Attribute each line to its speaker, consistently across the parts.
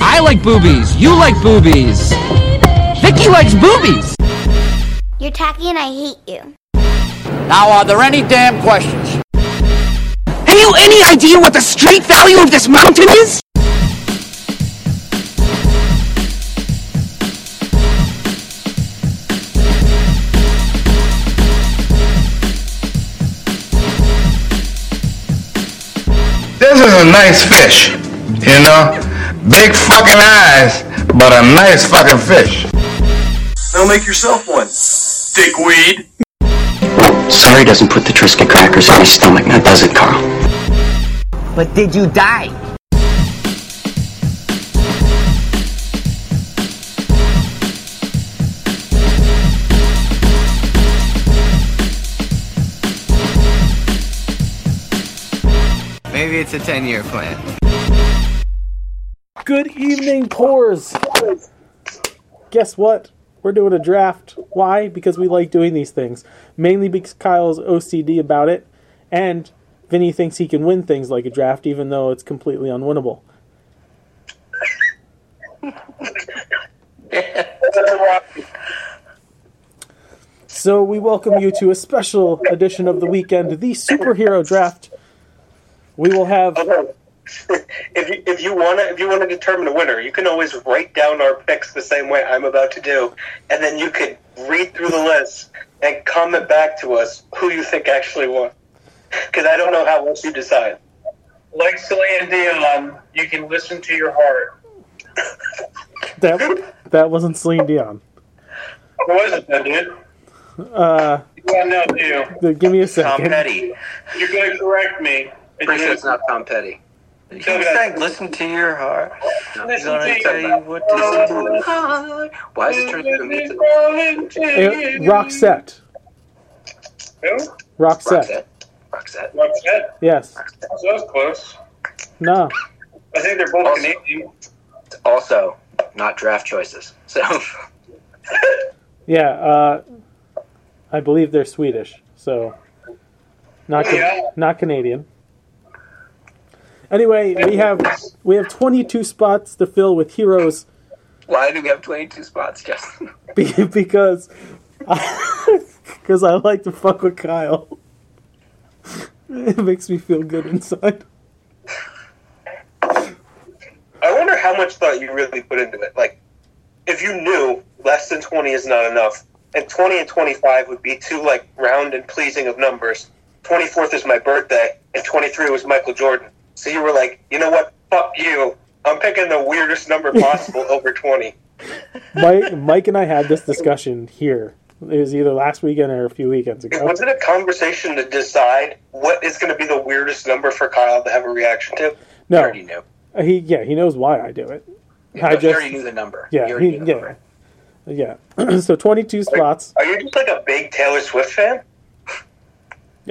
Speaker 1: I like boobies. You like boobies. Vicky likes boobies.
Speaker 2: You're tacky and I hate you.
Speaker 3: Now, are there any damn questions?
Speaker 1: Have you any idea what the street value of this mountain is?
Speaker 4: This is a nice fish, you know? Big fucking eyes, but a nice fucking fish.
Speaker 5: Now make yourself one, dickweed.
Speaker 6: Sorry doesn't put the Triscuit crackers in my stomach, now does it, Carl?
Speaker 7: But did you die?
Speaker 8: Maybe it's a 10 year plan.
Speaker 9: Good evening, pores. Guess what? We're doing a draft. Why? Because we like doing these things. Mainly because Kyle's OCD about it, and Vinny thinks he can win things like a draft, even though it's completely unwinnable. So we welcome you to a special edition of the weekend, the superhero draft. We will have
Speaker 10: Although, if you, if you wanna if you wanna determine a winner, you can always write down our picks the same way I'm about to do, and then you could read through the list and comment back to us who you think actually won. Because I don't know how else you decide.
Speaker 5: Like Celine Dion, you can listen to your heart.
Speaker 9: that. That wasn't Celine Dion.
Speaker 5: What was it then, dude?
Speaker 9: Uh,
Speaker 5: Yeah, no, you.
Speaker 9: give me a
Speaker 8: Tom
Speaker 9: second.
Speaker 8: Petty.
Speaker 5: You're gonna correct me. And
Speaker 8: Pretty sure
Speaker 5: you're
Speaker 8: it's not Tom Petty. You
Speaker 5: Okay.
Speaker 8: sang, listen to your heart.
Speaker 5: gonna
Speaker 8: He's gonna
Speaker 5: listen
Speaker 8: tell
Speaker 5: to
Speaker 8: you what to do. Why is it turning into a
Speaker 5: me.
Speaker 8: music?
Speaker 5: Falling to
Speaker 9: It,
Speaker 5: you.
Speaker 9: Roxette.
Speaker 5: Who?
Speaker 9: Roxette.
Speaker 8: Roxette. Roxette.
Speaker 5: Roxette.
Speaker 9: Yes.
Speaker 5: So that was close.
Speaker 9: No.
Speaker 5: I think they're both
Speaker 8: Also-
Speaker 5: Canadian.
Speaker 8: Also, not draft choices. So,
Speaker 9: Yeah. Uh, I believe they're Swedish, so not Ca-
Speaker 5: Yeah.
Speaker 9: not Canadian. Anyway, we have we have 22 spots to fill with heroes
Speaker 8: why do we have 22 spots, Justin?
Speaker 9: be- because because I like to fuck with Kyle. It makes me feel good inside.
Speaker 10: I wonder how much thought you really put into it. Like, if you knew less than twenty is not enough, and twenty and twenty-five would be too like round and pleasing of numbers. Twenty-fourth is my birthday, and twenty-three was Michael Jordan. So you were like, you know what? Fuck you. I'm picking the weirdest number possible over twenty.
Speaker 9: Mike, Mike and I had this discussion here. It was either last weekend or a few weekends ago.
Speaker 10: Was it a conversation to decide what is going to be the weirdest number for Kyle to have a reaction to?
Speaker 8: You
Speaker 9: No,
Speaker 8: already knew.
Speaker 9: he yeah he knows why I do it. I
Speaker 8: you
Speaker 9: just
Speaker 8: already knew the number. You
Speaker 9: yeah
Speaker 8: already
Speaker 9: he,
Speaker 8: knew the
Speaker 9: yeah
Speaker 8: number.
Speaker 9: yeah. so twenty two spots.
Speaker 10: Are you just like a big Taylor Swift fan?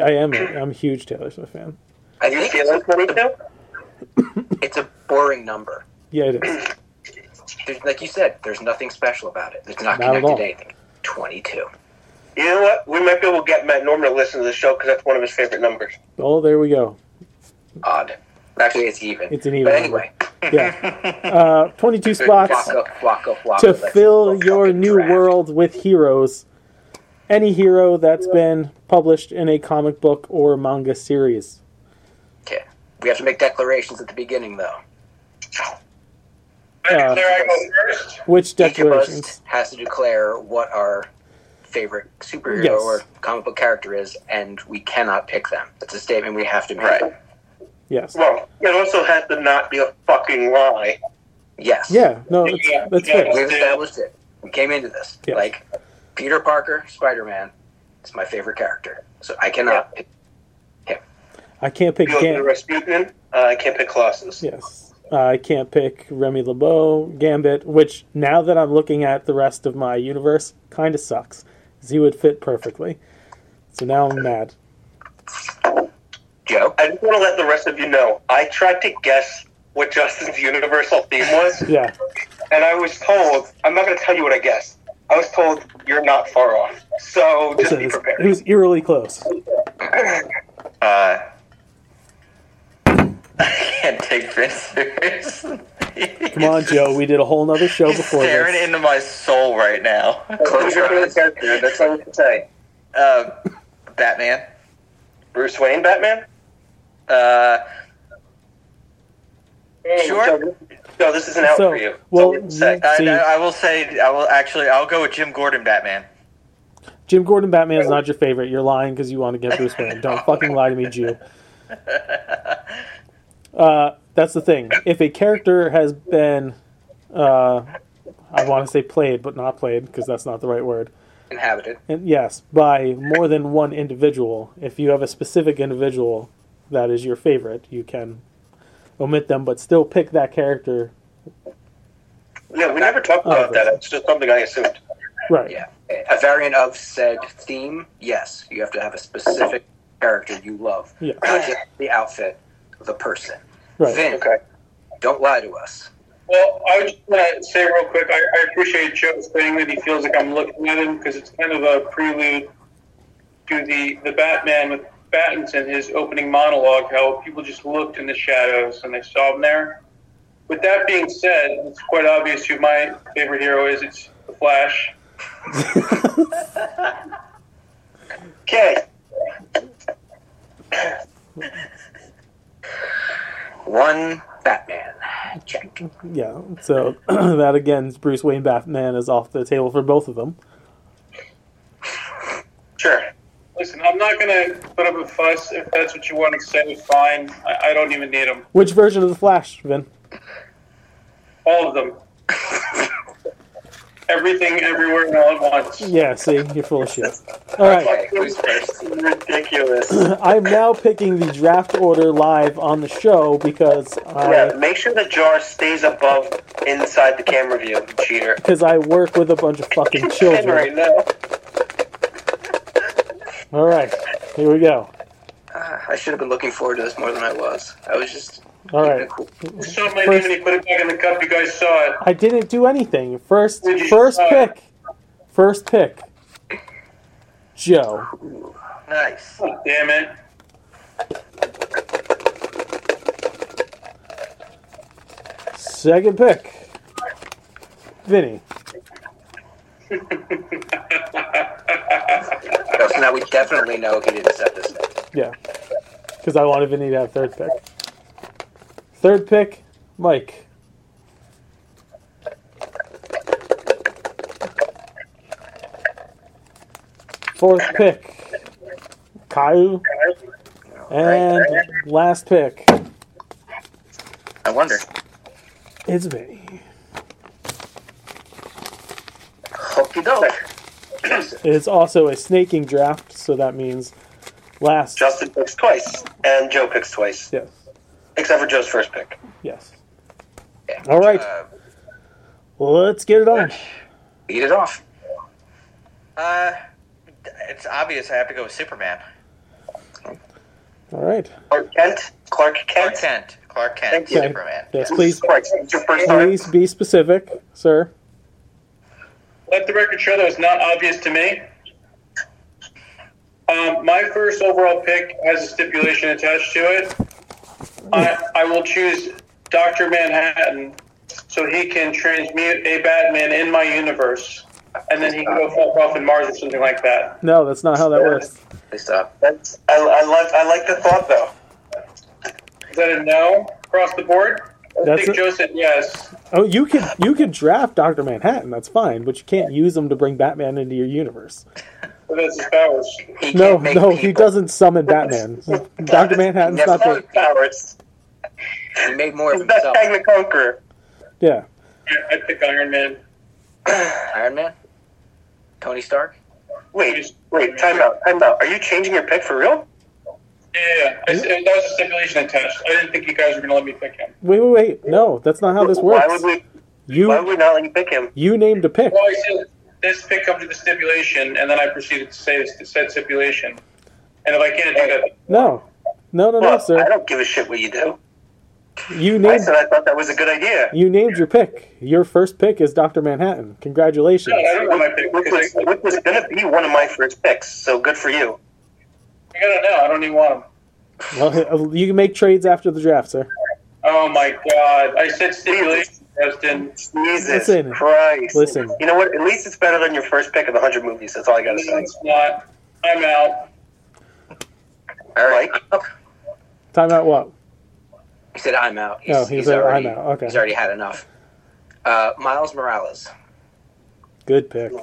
Speaker 9: I am I'm a huge Taylor Swift fan.
Speaker 8: I
Speaker 10: You
Speaker 8: think
Speaker 10: feeling
Speaker 8: it's,
Speaker 10: twenty two?
Speaker 8: it's a boring number.
Speaker 9: Yeah, it is.
Speaker 8: There's, like you said, there's nothing special about it. It's not,
Speaker 9: Not at
Speaker 8: connected
Speaker 9: all.
Speaker 8: to anything. 22.
Speaker 10: You know what? We might be able to get Matt Norman to listen to the show because that's one of his favorite numbers.
Speaker 9: Oh, there we go.
Speaker 8: Odd. Actually, it's even.
Speaker 9: It's an even
Speaker 8: But
Speaker 9: number.
Speaker 8: anyway,
Speaker 9: Yeah, uh, twenty two spots
Speaker 8: Waka, waka, waka,
Speaker 9: to
Speaker 8: let's
Speaker 9: fill
Speaker 8: go
Speaker 9: your
Speaker 8: fucking
Speaker 9: new
Speaker 8: draft.
Speaker 9: world with heroes. Any hero that's been published in a comic book or manga series.
Speaker 8: Okay. We have to make declarations at the beginning, though.
Speaker 9: Uh,
Speaker 5: There I go first.
Speaker 9: which
Speaker 8: Each of
Speaker 9: declarations?
Speaker 8: us has to declare what our favorite superhero
Speaker 9: Yes.
Speaker 8: or comic book character is, and we cannot pick them. It's a statement we have to make.
Speaker 10: Right.
Speaker 9: Yes.
Speaker 10: Well, it also has to not be a fucking lie.
Speaker 8: Yes.
Speaker 9: Yeah. No, that's,
Speaker 5: Yeah,
Speaker 9: that's
Speaker 5: yeah.
Speaker 8: We've
Speaker 9: fair.
Speaker 8: established it. We came into this.
Speaker 9: Yes.
Speaker 8: Like, Peter Parker, Spider Man, is my favorite character. So I cannot pick him.
Speaker 9: I can't pick
Speaker 10: You know,
Speaker 9: Gam-
Speaker 10: Rasputin, uh, I can't pick Colossus.
Speaker 9: Yes. Uh, I can't pick Remy LeBeau, Gambit, which now that I'm looking at the rest of my universe, kind of sucks. 'cause he would fit perfectly. So now I'm mad.
Speaker 8: Joe?
Speaker 10: I just want to let the rest of you know, I tried to guess what Justin's universal theme was,
Speaker 9: Yeah.
Speaker 10: and I was told, I'm not going to tell you what I guessed. I was told, you're not far off. So just
Speaker 9: So it,
Speaker 10: be
Speaker 9: was,
Speaker 10: prepared.
Speaker 9: it was eerily close.
Speaker 8: can't take this seriously.
Speaker 9: Come on, Joe. We did a whole nother show before
Speaker 11: staring
Speaker 9: this.
Speaker 11: into my soul right now.
Speaker 7: Close your eyes, dude. That's all I can say.
Speaker 11: Uh, Batman.
Speaker 7: Bruce Wayne, Batman.
Speaker 11: Uh,
Speaker 7: Hey,
Speaker 11: Sure.
Speaker 7: So, so this isn't out
Speaker 9: So,
Speaker 7: for you.
Speaker 9: well,
Speaker 7: So it's like,
Speaker 11: I,
Speaker 9: See.
Speaker 11: I I will say, I will actually, I'll go with Jim Gordon Batman.
Speaker 9: Jim Gordon Batman is not your favorite. You're lying because you want to get Bruce Wayne. Don't fucking lie to me, Jew. Uh, that's the thing. If a character has been, uh, I want to say played, but not played because that's not the right word.
Speaker 8: Inhabited.
Speaker 9: And yes, by more than one individual. If you have a specific individual that is your favorite, you can omit them, but still pick that character.
Speaker 7: Yeah, we never
Speaker 9: Oh,
Speaker 7: talked about that. It's just something I assumed.
Speaker 9: Right.
Speaker 8: Yeah. A variant of said theme, yes. You have to have a specific character you love.
Speaker 9: Yeah.
Speaker 8: Not just the outfit, the person.
Speaker 9: Right.
Speaker 8: Vin,
Speaker 7: Okay.
Speaker 8: don't lie to us.
Speaker 10: Well, I would just want to say real quick, I, I appreciate Joe saying that he feels like I'm looking at him because it's kind of a prelude to the, the Batman with Pattinson, his opening monologue, how people just looked in the shadows and they saw him there. With that being said, it's quite obvious who my favorite hero is. It's The Flash.
Speaker 7: Okay.
Speaker 8: One Batman. Check.
Speaker 9: Yeah. So that again, Bruce Wayne Batman is off the table for both of them.
Speaker 7: Sure.
Speaker 10: Listen, I'm not going to put up a fuss. If that's what you want to say, fine. I, I don't even need them.
Speaker 9: Which version of the Flash, Vin?
Speaker 10: All of them. Everything, everywhere, and all at once.
Speaker 9: Yeah, see, you're full of shit. All right,
Speaker 8: Who's first?
Speaker 7: Ridiculous.
Speaker 9: I'm now picking the draft order live on the show because
Speaker 7: Yeah,
Speaker 9: I
Speaker 7: make sure the jar stays above inside the camera view, you cheater.
Speaker 9: because I work with a bunch of fucking
Speaker 7: Right
Speaker 9: children.
Speaker 7: now.
Speaker 9: All right, here we go.
Speaker 8: uh, I should have been looking forward to this more than I was. I was just.
Speaker 9: All right,
Speaker 10: So my name and he put it back in the cup. You guys saw it.
Speaker 9: I didn't do anything. First,
Speaker 10: Did you-
Speaker 9: first
Speaker 10: uh,
Speaker 9: pick, first pick. Joe.
Speaker 11: Nice.
Speaker 10: God damn it.
Speaker 9: Second pick, Vinny.
Speaker 8: Oh, so now we definitely know he didn't set this up.
Speaker 9: Yeah, because I wanted Vinny to have third pick. Third pick, Mike. Fourth pick, Caillou. And last pick,
Speaker 11: I wonder.
Speaker 9: it's Vinny.
Speaker 8: Hokey doke.
Speaker 9: It's also a snaking draft, so that means last.
Speaker 7: Justin picks twice, and Joe picks twice,
Speaker 9: yes,
Speaker 7: except for Joe's first pick.
Speaker 9: yes. All right,
Speaker 8: Uh,
Speaker 9: let's get it on.
Speaker 8: beat it off.
Speaker 11: Uh, it's obvious I have to go with Superman.
Speaker 9: All right.
Speaker 7: Clark Kent. Clark
Speaker 11: Clark
Speaker 7: Kent.
Speaker 11: Kent. Clark Kent.
Speaker 7: Thank
Speaker 9: Okay.
Speaker 11: Superman.
Speaker 9: Yes, please,
Speaker 7: Clark Kent. Your first time.
Speaker 9: please be specific, sir.
Speaker 10: Let the record show that was not obvious to me. Um, my first overall pick has a stipulation attached to it. I, I will choose Dr. Manhattan so he can transmute a Batman in my universe. And then he can go fuck off in Mars or something like that.
Speaker 9: No, that's not how that works.
Speaker 8: Please stop.
Speaker 7: That's, I, I like I like the thought though.
Speaker 10: Is that a no across the board? I
Speaker 9: That's a-
Speaker 10: think Joe said yes.
Speaker 9: Oh, you could you could draft Doctor Manhattan. That's fine, but you can't use him to bring Batman into your universe.
Speaker 10: So that's his powers.
Speaker 8: He
Speaker 9: No,
Speaker 8: can't make
Speaker 9: no, he
Speaker 8: people-
Speaker 9: doesn't summon Batman. Doctor Manhattan's
Speaker 8: Never
Speaker 9: not the
Speaker 8: mind.
Speaker 7: Powers.
Speaker 8: He made more of
Speaker 7: That's
Speaker 8: himself.
Speaker 7: Kang the Conqueror.
Speaker 9: yeah.
Speaker 10: I- I pick Iron Man.
Speaker 8: Iron Man? Tony Stark?
Speaker 7: Wait, wait, time out, time out. Are you changing your pick for real?
Speaker 10: Yeah, I, that was a stipulation attached. I didn't think you guys were going to let me pick him.
Speaker 9: Wait, wait, wait. No, that's not how this
Speaker 7: Why
Speaker 9: works.
Speaker 7: would we? Why would
Speaker 9: You
Speaker 7: we not let you pick him?
Speaker 9: you named a pick.
Speaker 10: Well, I said this pick up to the stipulation, and then I proceeded to say this said stipulation. And if I can't do that,
Speaker 9: No, no, no, no,
Speaker 7: Look, I
Speaker 9: sir.
Speaker 7: don't give a shit what you do.
Speaker 9: You
Speaker 7: I
Speaker 9: named
Speaker 7: said I thought that was a good idea.
Speaker 9: you named your pick. Your first pick is Doctor Manhattan. Congratulations.
Speaker 10: I don't know my pick.
Speaker 7: Which was, which was gonna be one of my first picks, so good for you.
Speaker 10: I gotta know. I don't even want him.
Speaker 9: uh, Well, you can make trades after the draft, sir.
Speaker 10: Oh my god! I said stipulation. Justin.
Speaker 7: Jesus
Speaker 9: Listen.
Speaker 7: Christ.
Speaker 9: Listen.
Speaker 7: You know what? At least it's better than your first pick of the 100 movies. That's all I got to say.
Speaker 10: It's not. I'm out.
Speaker 8: All right.
Speaker 9: Time out what?
Speaker 8: He said, "I'm out."
Speaker 9: Oh, he said, "I'm
Speaker 8: already,
Speaker 9: out." Okay.
Speaker 8: He's already had enough. Uh, Miles Morales.
Speaker 9: Good pick.
Speaker 7: All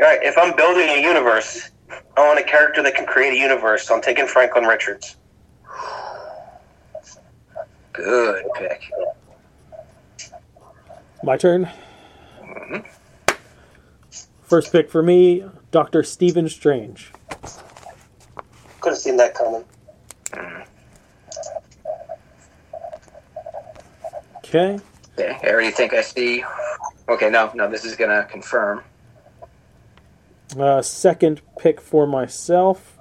Speaker 7: right. If I'm building a universe, I want a character that can create a universe. So I'm taking Franklin Richards.
Speaker 8: Good pick.
Speaker 9: My turn.
Speaker 10: Mm-hmm.
Speaker 9: First pick for me, Dr. Stephen Strange.
Speaker 7: Could have seen that coming.
Speaker 9: Okay.
Speaker 8: Okay, I already think I see. Okay, no, no, this is gonna confirm.
Speaker 9: Uh, second pick for myself.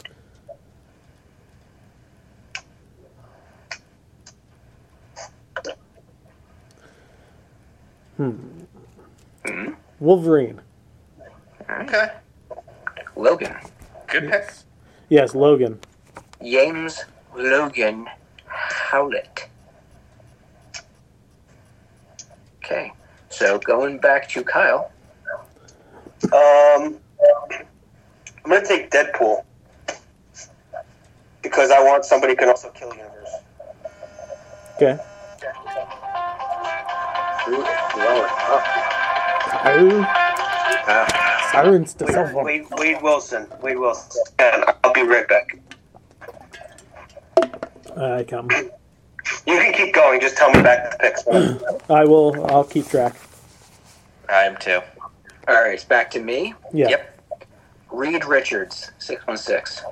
Speaker 10: Mm-hmm.
Speaker 9: Hmm. Wolverine.
Speaker 12: Okay.
Speaker 8: Logan.
Speaker 12: Good pick.
Speaker 9: Yes, Logan.
Speaker 8: James Logan Howlett. Okay, so going back to Kyle.
Speaker 7: Um, I'm gonna take Deadpool because I want somebody who can also kill universe.
Speaker 9: Okay.
Speaker 8: Ooh, blowing up.
Speaker 9: Siren-
Speaker 8: Uh,
Speaker 12: Ah.
Speaker 9: Sirens to cell phone.
Speaker 7: Wade, Wade Wilson. Wade Wilson. And I'll be right back.
Speaker 9: Uh, I come.
Speaker 7: You can keep going. Just tell me back the picks.
Speaker 9: I will. I'll keep track.
Speaker 12: I am too.
Speaker 8: all right, it's back to me.
Speaker 9: Yeah.
Speaker 12: Yep.
Speaker 8: Reed Richards, six one six.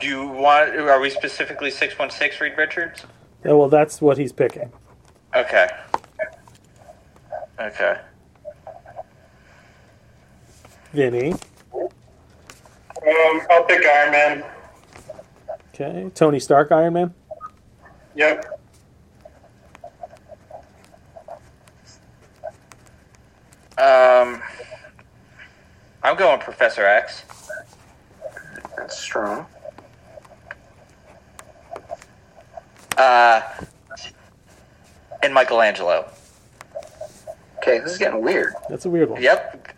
Speaker 12: Do you want? Are we specifically six one six Reed Richards?
Speaker 9: Yeah, Uh, well, that's what he's picking.
Speaker 12: Okay. Okay.
Speaker 9: Vinny.
Speaker 10: Um, I'll pick Iron Man.
Speaker 9: Okay. Tony Stark, Iron Man.
Speaker 10: Yep.
Speaker 12: Um, I'm going Professor X.
Speaker 8: That's strong.
Speaker 12: Uh, and Michelangelo.
Speaker 8: Okay, this is getting weird.
Speaker 9: That's a weird one.
Speaker 12: Yep.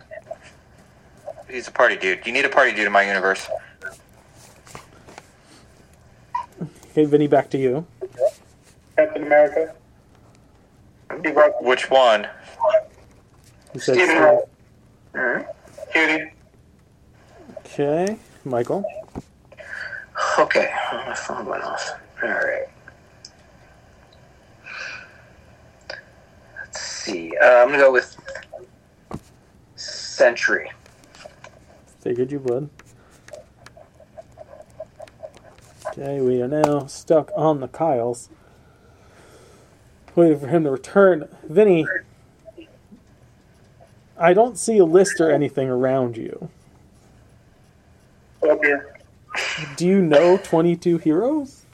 Speaker 12: He's a party dude. You need a party dude in my universe.
Speaker 9: Okay, Vinny, back to you.
Speaker 10: Captain America. Steve Rogers.
Speaker 12: Which one?
Speaker 9: You said
Speaker 10: Stephen
Speaker 9: Steve.
Speaker 10: Rogers.
Speaker 8: All right.
Speaker 10: Cutie.
Speaker 9: Okay, Michael.
Speaker 8: Okay, my phone went off. All right. Let's see. Uh, I'm gonna go with Sentry.
Speaker 9: Figured you would. Okay, we are now stuck on the Kyles. Waiting for him to return. Vinny, I don't see a list or anything around you.
Speaker 10: Up here.
Speaker 9: Do you know 22 heroes?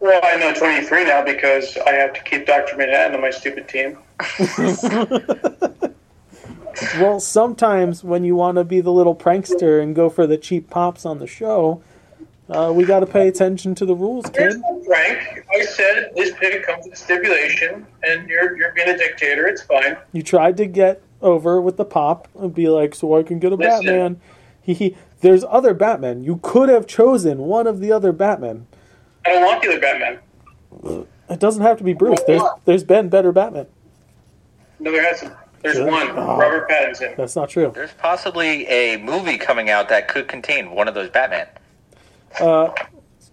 Speaker 10: Well, I know 23 now because I have to keep Dr. Manhattan on my stupid team.
Speaker 9: Well, sometimes when you want to be the little prankster and go for the cheap pops on the show, uh, we got to pay attention to the rules, kid.
Speaker 10: Here's Frank. I said this pick comes with stipulation, and you're you're being a dictator. It's fine.
Speaker 9: You tried to get over with the pop and be like, so I can get a
Speaker 10: Listen.
Speaker 9: Batman. He, he, there's other Batman. You could have chosen one of the other Batman.
Speaker 10: I don't want the other Batman.
Speaker 9: It doesn't have to be Bruce. There's there's been better Batman.
Speaker 10: No, there hasn't. There's
Speaker 9: Good
Speaker 10: one.
Speaker 9: God.
Speaker 10: Robert Pattinson.
Speaker 9: That's not true.
Speaker 12: There's possibly a movie coming out that could contain one of those Batman.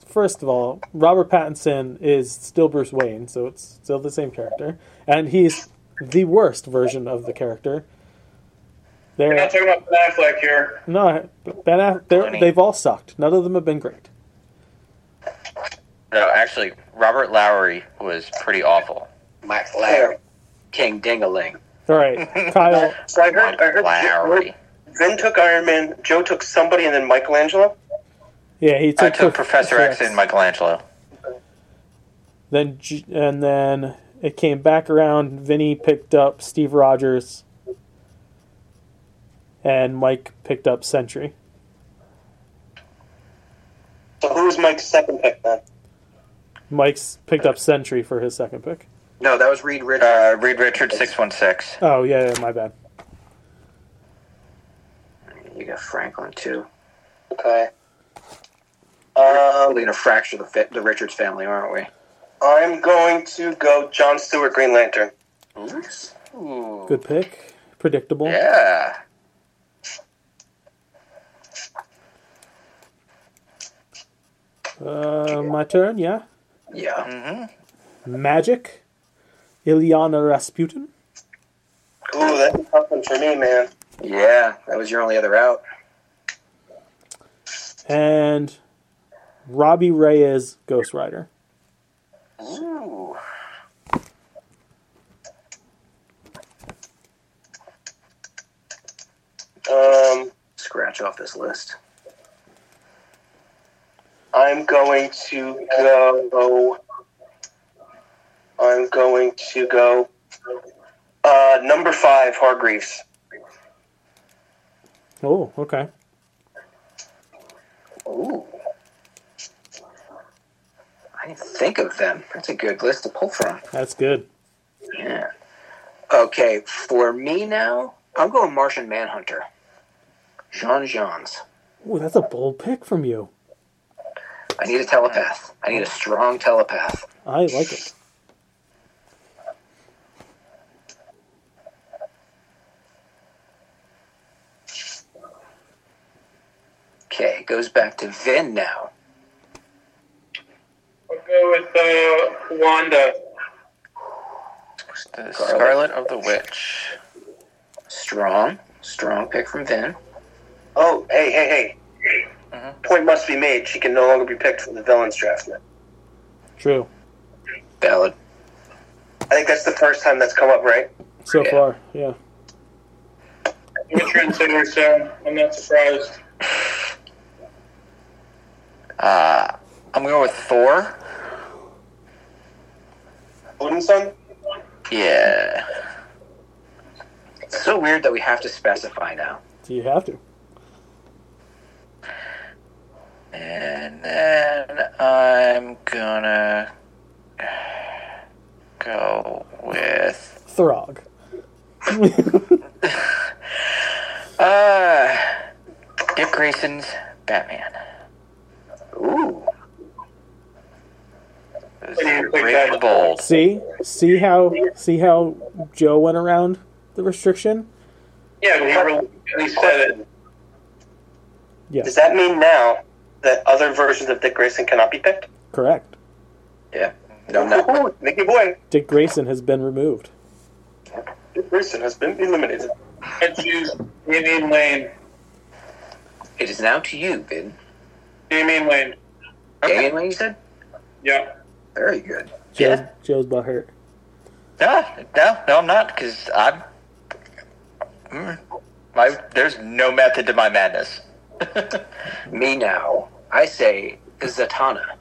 Speaker 9: First of all, Robert Pattinson is still Bruce Wayne, so it's still the same character, and he's the worst version of the character.
Speaker 10: We're
Speaker 9: There,
Speaker 10: not talking about Ben Affleck here.
Speaker 9: no, Ben. Aff- they're- They've all sucked. None of them have been great.
Speaker 12: No, actually, Robert Lowry was pretty awful.
Speaker 8: Mike Larry. King Dingaling.
Speaker 9: All right, Kyle.
Speaker 7: So I heard. I heard.
Speaker 12: Lowry.
Speaker 7: Vin took Iron Man. Joe took somebody, and then Michelangelo.
Speaker 9: Yeah, he took,
Speaker 12: I took Professor X and Michelangelo.
Speaker 9: Then G- and then it came back around. Vinny picked up Steve Rogers, and Mike picked up Sentry.
Speaker 7: So who was Mike's second pick then?
Speaker 9: Mike's picked up Sentry for his second pick.
Speaker 8: No, that was Reed Richards.
Speaker 12: Uh, Reed Richards, six one six.
Speaker 9: Oh yeah, yeah my bad.
Speaker 8: You got Franklin too. Uh,
Speaker 7: Okay.
Speaker 8: We're really gonna fracture the fa- the Richards family, aren't we?
Speaker 7: I'm going to go John Stewart Green Lantern.
Speaker 12: Ooh.
Speaker 9: Good pick. Predictable.
Speaker 12: Yeah.
Speaker 9: Uh, my turn. Yeah.
Speaker 8: Yeah.
Speaker 12: Mm-hmm.
Speaker 9: Magic. Ilyana Rasputin.
Speaker 7: Ooh, that's a tough one for me, man.
Speaker 8: Yeah, that was your only other out.
Speaker 9: and Robbie Reyes Ghost Rider.
Speaker 12: Ooh.
Speaker 7: Um,
Speaker 8: Scratch off this list.
Speaker 7: I'm going to go. I'm going to go. Uh, number five, Hargreaves.
Speaker 9: Oh, okay.
Speaker 8: Ooh. I didn't think of them. That's a good list to pull from.
Speaker 9: That's good.
Speaker 8: Yeah. Okay, for me now, I'm going Martian Manhunter. Jean Jean's.
Speaker 9: Ooh, that's a bold pick from you.
Speaker 8: I need a telepath. I need a strong telepath.
Speaker 9: I like it.
Speaker 8: Okay, it goes back to Vin now.
Speaker 10: I'll go with uh, Wanda.
Speaker 12: The Scarlet of the Witch.
Speaker 8: Strong, strong pick from Vin.
Speaker 7: Oh, hey, hey, hey. Point must be made. She can no longer be picked for the villains draft. now.
Speaker 9: True.
Speaker 8: Valid.
Speaker 7: I think that's the first time that's come up, right?
Speaker 9: So
Speaker 8: Yeah.
Speaker 9: far, yeah.
Speaker 10: I'm a trendsetter, so I'm not surprised.
Speaker 12: Uh, I'm going with Thor.
Speaker 7: Odinson?
Speaker 12: Yeah.
Speaker 8: It's so weird that we have to specify now.
Speaker 9: Do you have to?
Speaker 12: And then I'm gonna go with
Speaker 9: Throg.
Speaker 12: uh Dick Grayson's Batman.
Speaker 8: Ooh.
Speaker 12: It was Great and bold.
Speaker 9: see, see how see how Joe went around the restriction.
Speaker 10: Yeah, but he really he said it.
Speaker 9: Yeah,
Speaker 7: Does that mean now that other versions of Dick Grayson cannot be picked?
Speaker 9: correct.
Speaker 8: Yeah. No, no.
Speaker 7: Ooh, Nicky Boy,
Speaker 9: Dick Grayson has been removed.
Speaker 7: Dick Grayson has been eliminated.
Speaker 10: I choose Damian Lane.
Speaker 8: It is now to you, Vin.
Speaker 10: Damian Lane.
Speaker 8: Damien Wayne, you said?
Speaker 10: Yeah.
Speaker 8: Very good.
Speaker 9: Joe's,
Speaker 12: Yeah.
Speaker 9: Joe's butt hurt.
Speaker 12: No, no, no, I'm not because I'm. Mm, my there's no method to my madness.
Speaker 8: Me now. I say Zatanna.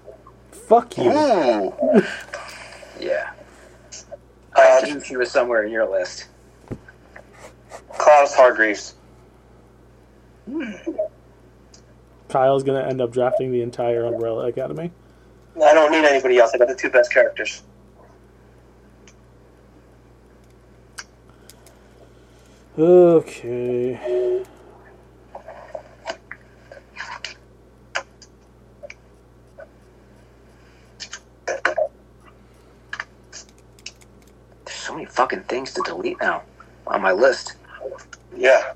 Speaker 9: Fuck you.
Speaker 12: Ooh.
Speaker 8: Yeah.
Speaker 12: Uh,
Speaker 8: I knew she was somewhere in your list.
Speaker 7: Klaus Hargreaves.
Speaker 9: Kyle's gonna end up drafting the entire Umbrella Academy.
Speaker 7: I don't need anybody else. I got the two best characters.
Speaker 9: Okay.
Speaker 8: There's so many fucking things to delete now on my list.
Speaker 7: Yeah.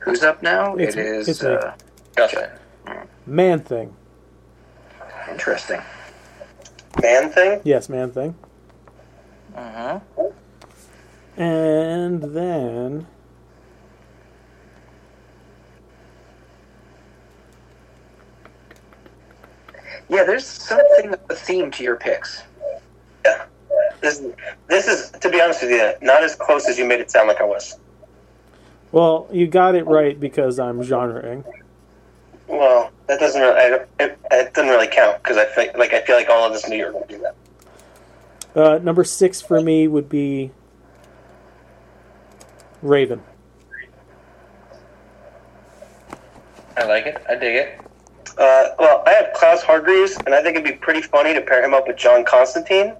Speaker 8: Who's up now?
Speaker 9: It's
Speaker 8: It's,
Speaker 9: me. It's me.
Speaker 8: uh,
Speaker 12: Gotcha.
Speaker 9: Man thing.
Speaker 8: interesting.
Speaker 7: Man thing?
Speaker 9: Yes, man thing.
Speaker 12: Mm-hmm.
Speaker 9: And then
Speaker 8: Yeah, there's something of a theme to your picks.
Speaker 7: Yeah. This, this is, to be honest with you, not as close as you made it sound like I was.
Speaker 9: Well, you got it right because I'm genreing.
Speaker 7: Well, that doesn't really, I, don't- it, it doesn't really count because I feel like I feel like all of us knew you were going to do that.
Speaker 9: Uh, number six for me would be Raven.
Speaker 7: I
Speaker 12: I like it. I dig it.
Speaker 7: Uh, well, I have Klaus Hargreaves, and I think it'd be pretty funny to pair him up with John Constantine.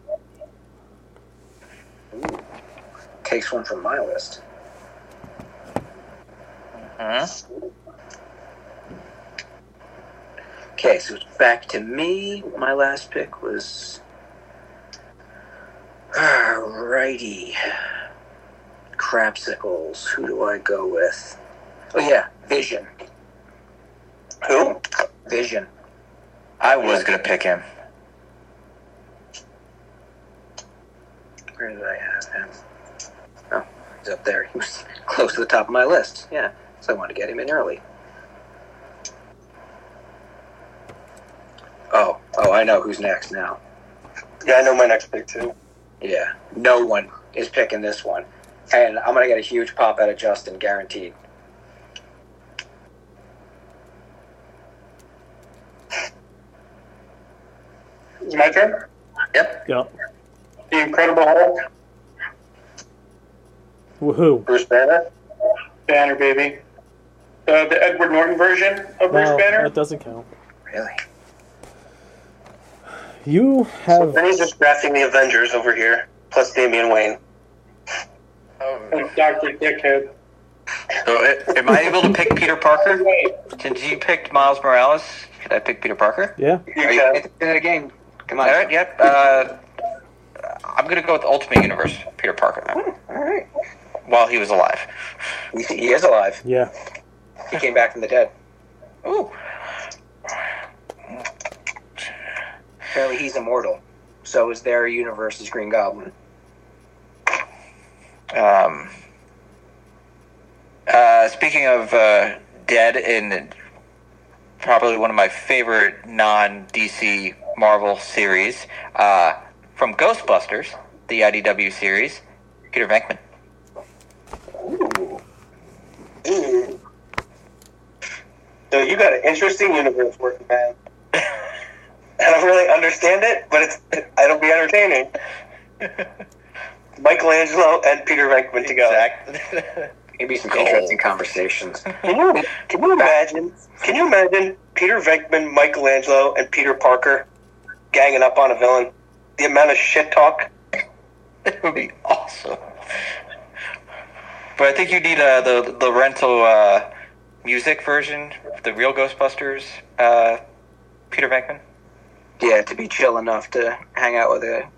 Speaker 8: Takes one from my list.
Speaker 12: Huh?
Speaker 8: Okay, so it's back to me. My last pick was. Alrighty. Crapsicles. Who do I go with? Oh, yeah, Vision.
Speaker 7: Who?
Speaker 8: Vision.
Speaker 12: I was gonna pick him.
Speaker 8: Where did I have him? Oh, he's up there. He was close to the top of my list. Yeah, so I want to get him in early. Oh, oh, I know who's next now.
Speaker 7: Yeah, I know my next pick too.
Speaker 8: Yeah, no one is picking this one, and I'm gonna get a huge pop out of Justin, guaranteed.
Speaker 7: Is it my turn?
Speaker 12: Yep.
Speaker 9: Yep.
Speaker 7: The Incredible Hulk,
Speaker 9: Woohoo.
Speaker 7: Bruce Banner. Banner, baby. Uh, the Edward Norton version of Bruce
Speaker 9: No,
Speaker 7: Banner.
Speaker 9: that doesn't count.
Speaker 8: Really?
Speaker 9: You have
Speaker 7: Then he's just drafting the Avengers over here, plus Damian Wayne.
Speaker 12: Oh,
Speaker 7: And Dr. Dickhead.
Speaker 12: so a- am I able to pick Peter Parker? Since you picked Miles Morales, could I pick Peter Parker?
Speaker 9: yeah.
Speaker 7: You
Speaker 8: Are you
Speaker 7: can.
Speaker 8: in the game? Come
Speaker 12: All
Speaker 8: on.
Speaker 12: right. Yep. Uh, I'm gonna go with Ultimate Universe Peter
Speaker 7: Hmm,
Speaker 12: Parker
Speaker 8: All right.
Speaker 12: while he was alive.
Speaker 8: He, he is alive.
Speaker 9: Yeah.
Speaker 8: He came back from the dead.
Speaker 12: Ooh.
Speaker 8: Apparently, he's immortal. So is their universe's Green Goblin.
Speaker 12: Um, uh, speaking of uh, dead, and probably one of my favorite non DC Marvel series uh, from Ghostbusters, the IDW series, Peter Venkman.
Speaker 7: So you got an interesting universe working, man. I don't really understand it, but it's it'll be entertaining. Michelangelo and Peter Venkman together.
Speaker 12: Exact.
Speaker 8: It'd be some
Speaker 12: Gold.
Speaker 8: interesting conversations.
Speaker 7: Can you can you imagine? Can you imagine Peter Venkman, Michelangelo, and Peter Parker ganging up on a villain? The amount of shit talk.
Speaker 12: It would be awesome. But I think you need uh, the the rental uh, music version, the real Ghostbusters, uh, Peter Venkman.
Speaker 8: yeah, to be chill enough to hang out with a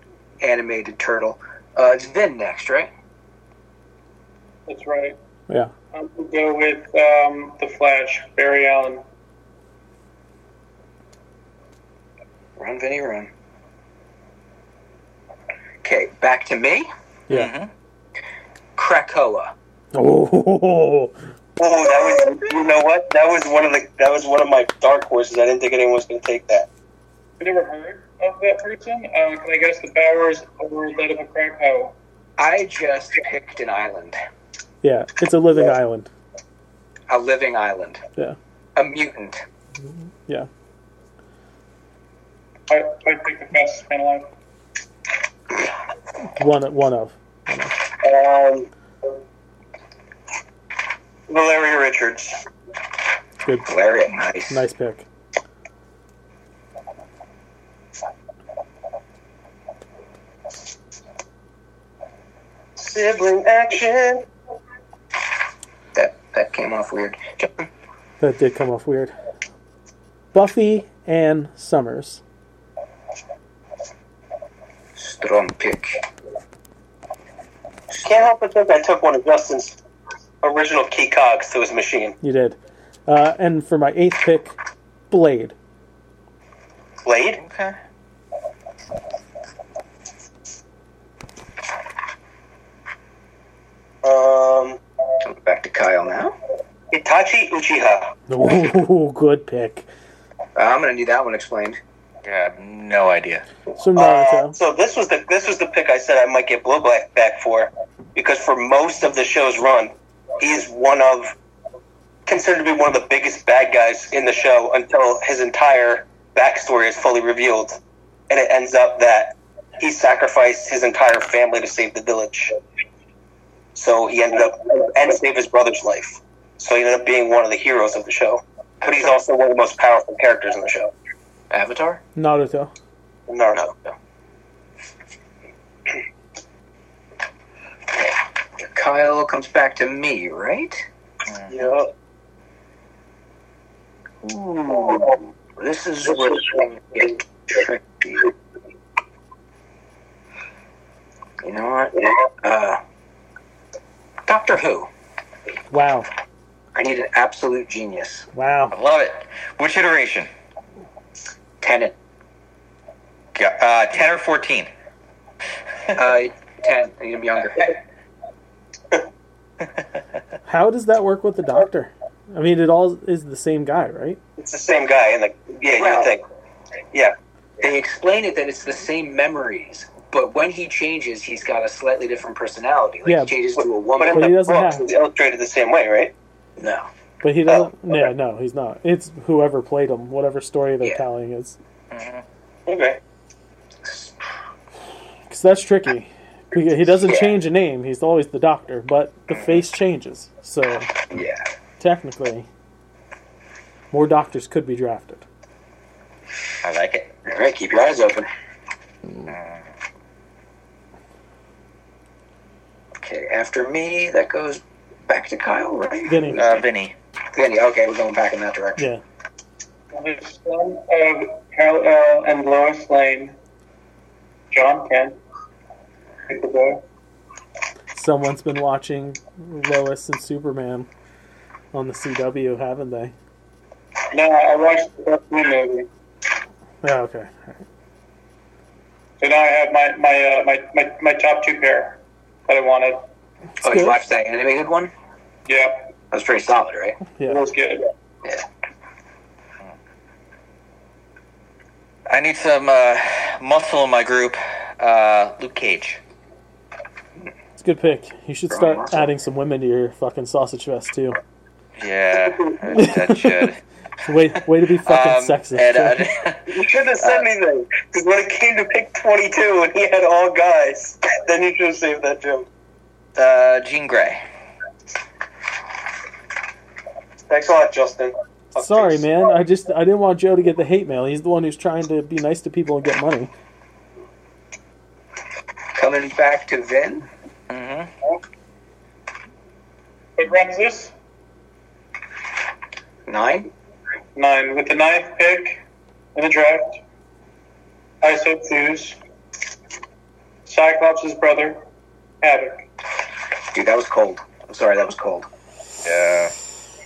Speaker 8: animated turtle. Uh, it's Vin next, right?
Speaker 10: That's right.
Speaker 9: Yeah.
Speaker 10: I'm gonna go with um, the Flash, Barry Allen.
Speaker 8: Run, Vinny, run. Okay, back to me.
Speaker 9: Yeah.
Speaker 8: Krakoa.
Speaker 9: Oh.
Speaker 7: Oh, that was you know what? That was one of the that was one of my dark horses. I didn't think anyone was going to take that.
Speaker 10: I never heard of that person. Um, can I guess the Bowers or that of a crack hoe?
Speaker 8: I just picked an island,
Speaker 9: Yeah. It's a living island.
Speaker 8: a living island,
Speaker 9: Yeah.
Speaker 8: a mutant.
Speaker 9: Yeah.
Speaker 10: I I pick the fastest man alive.
Speaker 9: One one of.
Speaker 7: Um, Valeria Richards.
Speaker 9: Good.
Speaker 8: Hilarious. Nice.
Speaker 9: Nice pick.
Speaker 7: Sibling action.
Speaker 8: That that came off weird. John,
Speaker 9: That did come off weird. Buffy and Summers.
Speaker 8: strong pick.
Speaker 7: Can't help but think I took one of Justin's original key cogs to his machine.
Speaker 9: You did. Uh, and for my eighth pick, Blade.
Speaker 7: Blade.
Speaker 12: Okay.
Speaker 7: Um,
Speaker 8: Back to Kyle now.
Speaker 7: Itachi Uchiha.
Speaker 9: Oh, good pick.
Speaker 8: Uh, I'm gonna need that one explained.
Speaker 12: Yeah, I have no idea.
Speaker 9: So
Speaker 7: Uh,
Speaker 9: Naruto.
Speaker 7: so this was the this was the pick I said I might get Blowback back for, because for most of the show's run, he is one of considered to be one of the biggest bad guys in the show until his entire backstory is fully revealed, and it ends up that he sacrificed his entire family to save the village. So he ended up and save his brother's life. So he ended up being one of the heroes of the show. but he's also one of the most powerful characters in the show.
Speaker 12: Avatar?
Speaker 9: Naruto.
Speaker 7: Naruto.
Speaker 8: Kyle comes back to me, right?
Speaker 7: Yeah.
Speaker 8: Ooh, Hmm. this is where things get tricky. You know what? Uh, Doctor Who.
Speaker 9: Wow.
Speaker 8: I need an absolute genius.
Speaker 9: Wow.
Speaker 12: Love it. Which iteration?
Speaker 8: Tenet.
Speaker 12: Go- Uh, 10 or 14?
Speaker 8: Uh, ten. I need him younger.
Speaker 9: How does that work with the doctor? I mean, it all is the same guy, right?
Speaker 7: It's the same guy, and like, yeah, you
Speaker 8: Well-
Speaker 7: would think, yeah,
Speaker 8: They explain it that it's the same memories, but when he changes, he's got a slightly different personality. Like
Speaker 9: Yeah.
Speaker 8: he changes to a
Speaker 7: but
Speaker 8: woman.
Speaker 7: in
Speaker 9: But he
Speaker 7: the
Speaker 9: doesn't
Speaker 7: books,
Speaker 9: have-
Speaker 7: it's illustrated the same way, right?
Speaker 8: No.
Speaker 9: But he doesn't.
Speaker 8: Oh,
Speaker 9: Yeah, no, he's not. It's whoever played him, whatever story they're
Speaker 8: Yeah.
Speaker 9: telling is.
Speaker 7: Okay.
Speaker 9: Because that's tricky. Because he doesn't
Speaker 8: Yeah. Mm-hmm.
Speaker 9: change a name. He's always the doctor, but the face changes. So
Speaker 8: Yeah.
Speaker 9: technically, more doctors could be drafted.
Speaker 12: I like it.
Speaker 8: All right, keep your eyes open.
Speaker 12: Mm.
Speaker 8: Uh, Okay, after me, that goes back to Kyle, right?
Speaker 9: Vinny.
Speaker 12: Uh, Vinny.
Speaker 8: Vinny, okay, we're going back in that direction.
Speaker 9: Yeah.
Speaker 10: The son of Carol Earl and Lois Lane, John Kent, Ichabod.
Speaker 9: Someone's been watching Lois and Superman on the CW, haven't they?
Speaker 10: No, I watched the first new movie.
Speaker 9: Yeah, okay.
Speaker 10: So now I have my my, uh, my, my my top two pair that I wanted.
Speaker 8: Oh, you watched that animated one?
Speaker 10: Yeah,
Speaker 8: That was pretty solid, right?
Speaker 10: it
Speaker 9: Yeah.
Speaker 10: was good.
Speaker 8: Yeah.
Speaker 12: I need some uh, muscle in my group. Uh, Luke Cage.
Speaker 9: It's a good pick. You should
Speaker 8: Brian
Speaker 9: start
Speaker 8: Russell.
Speaker 9: adding some women to your fucking sausage fest, too.
Speaker 12: Yeah, that that should.
Speaker 9: Way, way to be fucking
Speaker 12: Um,
Speaker 9: sexist.
Speaker 12: and, uh,
Speaker 9: Jim.
Speaker 7: You should have said anything, because when it came to pick 22 and he had all guys, then you should have saved that joke.
Speaker 12: uh, Jean Grey.
Speaker 7: Thanks a lot, Justin.
Speaker 12: uh,
Speaker 7: Fuck
Speaker 9: Sorry,
Speaker 7: face.
Speaker 9: man. I just I didn't want Joe to get the hate mail. He's the one who's trying to be nice to people and get money.
Speaker 8: Coming back to Vin?
Speaker 10: What runs this?
Speaker 8: Nine?
Speaker 10: Nine with the ninth pick in the draft. I so choose Cyclops' brother, Havoc.
Speaker 8: Dude, that was cold. I'm sorry, that was cold.
Speaker 12: Yeah.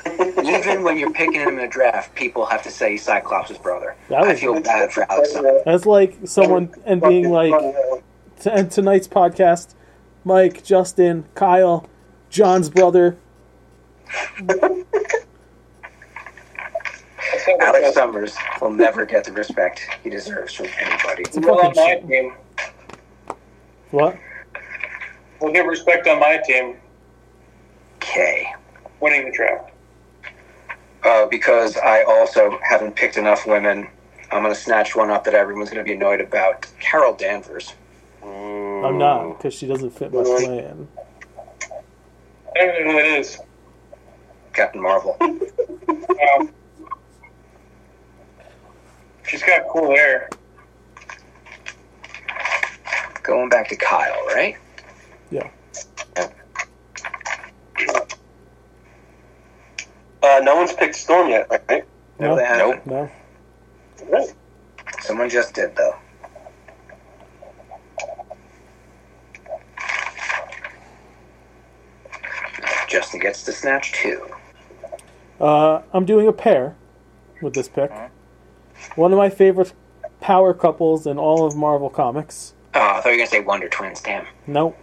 Speaker 8: Even when you're picking him in a draft, people have to say Cyclops' brother.
Speaker 9: That
Speaker 8: I
Speaker 9: was-
Speaker 8: feel bad for Alex.
Speaker 9: That's like someone and being like to end tonight's podcast, Mike, Justin, Kyle, John's brother.
Speaker 8: Alex Summers will never get the respect he deserves from anybody.
Speaker 10: Well, on
Speaker 9: Fucking
Speaker 10: my
Speaker 9: shit.
Speaker 10: team,
Speaker 9: What?
Speaker 10: we'll give respect on my team
Speaker 8: Okay.
Speaker 10: winning the draft.
Speaker 8: Uh, because I also haven't picked enough women. I'm going to snatch one up that everyone's going to be annoyed about. Carol Danvers.
Speaker 9: I'm not because she doesn't fit my plan.
Speaker 10: I don't know who it is.
Speaker 8: Captain Marvel.
Speaker 10: Um, she's got cool hair.
Speaker 8: Going back to Kyle, right?
Speaker 9: Yeah.
Speaker 7: Uh, no one's picked Storm yet, right?
Speaker 9: No.
Speaker 8: they haven't.
Speaker 9: No.
Speaker 8: Someone just did, though. Justin gets to snatch two.
Speaker 9: Uh, I'm doing a pair with this pick. One of my favorite power couples in all of Marvel Comics.
Speaker 8: Oh, I thought you were going to say Wonder Twins. Damn.
Speaker 9: No.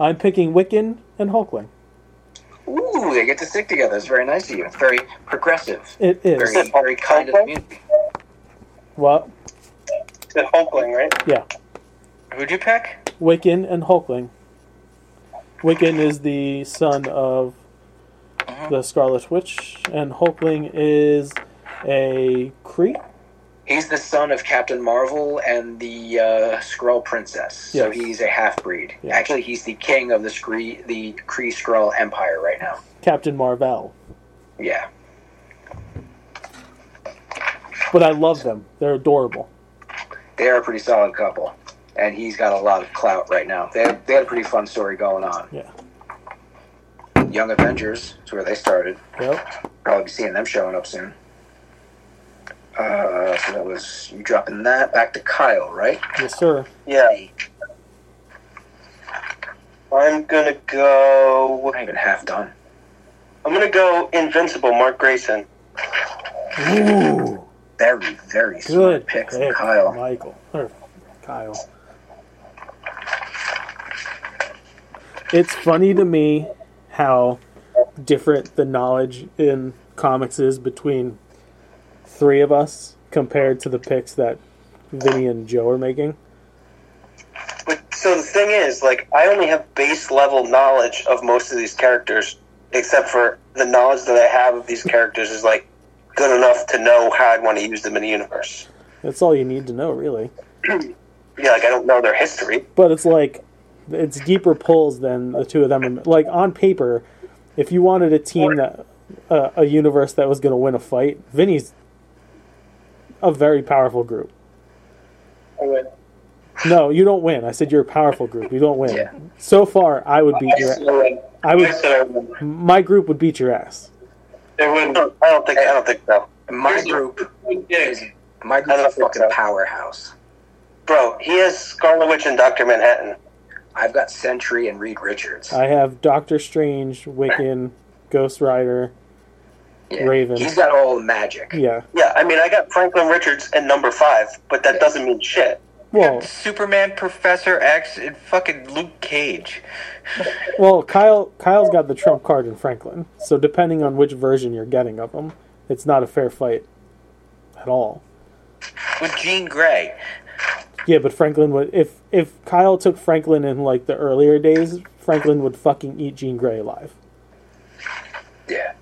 Speaker 9: I'm picking Wiccan and Hulkling.
Speaker 8: Ooh, they get to stick together. It's very nice of you. It's very progressive.
Speaker 9: It is.
Speaker 8: Very, very kind of the community.
Speaker 9: What?
Speaker 7: The Hulkling, right?
Speaker 9: Yeah.
Speaker 12: Who'd you pick?
Speaker 9: Wiccan and Hulkling. Wiccan is the son of the Scarlet Witch, and Hulkling is a Cree.
Speaker 8: He's the son of Captain Marvel and the uh, Skrull Princess, so
Speaker 9: Yes.
Speaker 8: he's a half breed.
Speaker 9: Yeah.
Speaker 8: Actually, he's the king of the Skree, the Kree Skrull Empire right now.
Speaker 9: Captain Marvel.
Speaker 8: Yeah,
Speaker 9: but I love them. They're adorable.
Speaker 8: They're a pretty solid couple, and he's got a lot of clout right now. They had, they had a pretty fun story going on.
Speaker 9: Yeah.
Speaker 8: Young Avengers is where they started.
Speaker 9: Yep.
Speaker 8: Probably be seeing them showing up soon. Uh, so that was you dropping that back to Kyle, right?
Speaker 9: Yes, sir.
Speaker 7: Yeah. I'm gonna go.
Speaker 8: Not even half done.
Speaker 7: I'm gonna go Invincible, Mark Grayson.
Speaker 9: Ooh,
Speaker 8: Very, very
Speaker 9: good
Speaker 8: smart pick from
Speaker 9: pick,
Speaker 8: Kyle.
Speaker 9: Michael or Kyle. It's funny to me how different the knowledge in comics is between three of us compared to the picks that Vinny and Joe are making.
Speaker 7: But so the thing is, like, I only have base level knowledge of most of these characters, except for the knowledge that I have of these characters is like good enough to know how I'd want to use them in the universe.
Speaker 9: That's all you need to know, really.
Speaker 7: Yeah, like I don't know their history.
Speaker 9: but it's like it's deeper pulls than the two of them. Like on paper, if you wanted a team that uh, a universe that was going to win a fight, Vinny's a very powerful group.
Speaker 10: I win.
Speaker 9: No, you don't win. I said you're a powerful group. You don't win.
Speaker 8: Yeah.
Speaker 9: So far, I would beat
Speaker 7: I
Speaker 9: your.
Speaker 7: said I wouldn't.
Speaker 9: I would.
Speaker 7: I said I wouldn't.
Speaker 9: My group would beat your ass.
Speaker 10: They wouldn't.
Speaker 7: No, I don't think. I don't think so,
Speaker 8: My group,
Speaker 10: Yes.
Speaker 8: my
Speaker 7: I don't
Speaker 8: group's a
Speaker 7: think
Speaker 8: fucking
Speaker 7: so.
Speaker 8: powerhouse.
Speaker 7: bro. He has Scarlet Witch and Doctor Manhattan.
Speaker 8: I've got Sentry and Reed Richards.
Speaker 9: I have Doctor Strange, Wiccan, Ghost Rider.
Speaker 8: Yeah.
Speaker 9: Raven.
Speaker 8: He's got all the magic.
Speaker 9: Yeah.
Speaker 7: Yeah, I mean, I got Franklin Richards and number five, but that doesn't mean shit.
Speaker 9: Well,
Speaker 12: Superman, Professor X, and fucking Luke Cage.
Speaker 9: well, Kyle. Kyle's got the trump card in Franklin. So depending on which version you're getting of him, it's not a fair fight at all.
Speaker 12: With Jean Grey.
Speaker 9: Yeah, but Franklin would if if Kyle took Franklin in like the earlier days, Franklin would fucking eat Jean Grey alive.
Speaker 8: Yeah.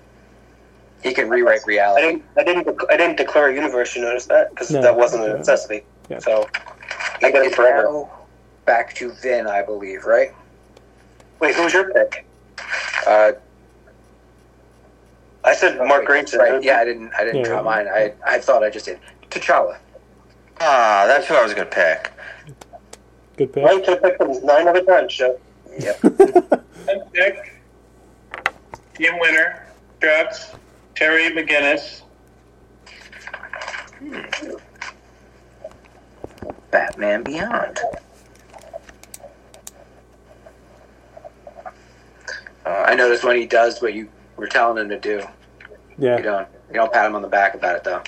Speaker 8: He can rewrite
Speaker 7: I
Speaker 8: reality.
Speaker 7: didn't. I didn't. dec- I didn't declare a universe. You noticed that because
Speaker 9: No.
Speaker 7: that wasn't
Speaker 9: Yeah.
Speaker 7: a necessity.
Speaker 9: Yeah.
Speaker 7: So I
Speaker 8: It
Speaker 7: got it
Speaker 8: is
Speaker 7: forever.
Speaker 8: now back to Vin, I believe, right?
Speaker 7: Wait, who was your pick?
Speaker 8: Uh,
Speaker 7: I said
Speaker 8: wait,
Speaker 7: Mark Grayson.
Speaker 8: Right. Yeah, I didn't. I didn't
Speaker 9: Yeah.
Speaker 8: draw mine. I I thought I just did. T'Challa.
Speaker 12: Ah, that's who I was gonna pick.
Speaker 9: Good pick.
Speaker 7: Why you could have picked him nine other times, Joe?
Speaker 8: Yep.
Speaker 10: Ten pick. Team winner drops Terry McGinnis.
Speaker 8: Batman Beyond. Uh, I noticed when he does what you were telling him to do. You
Speaker 9: Yeah.
Speaker 8: don't. You don't pat him on the back about it though.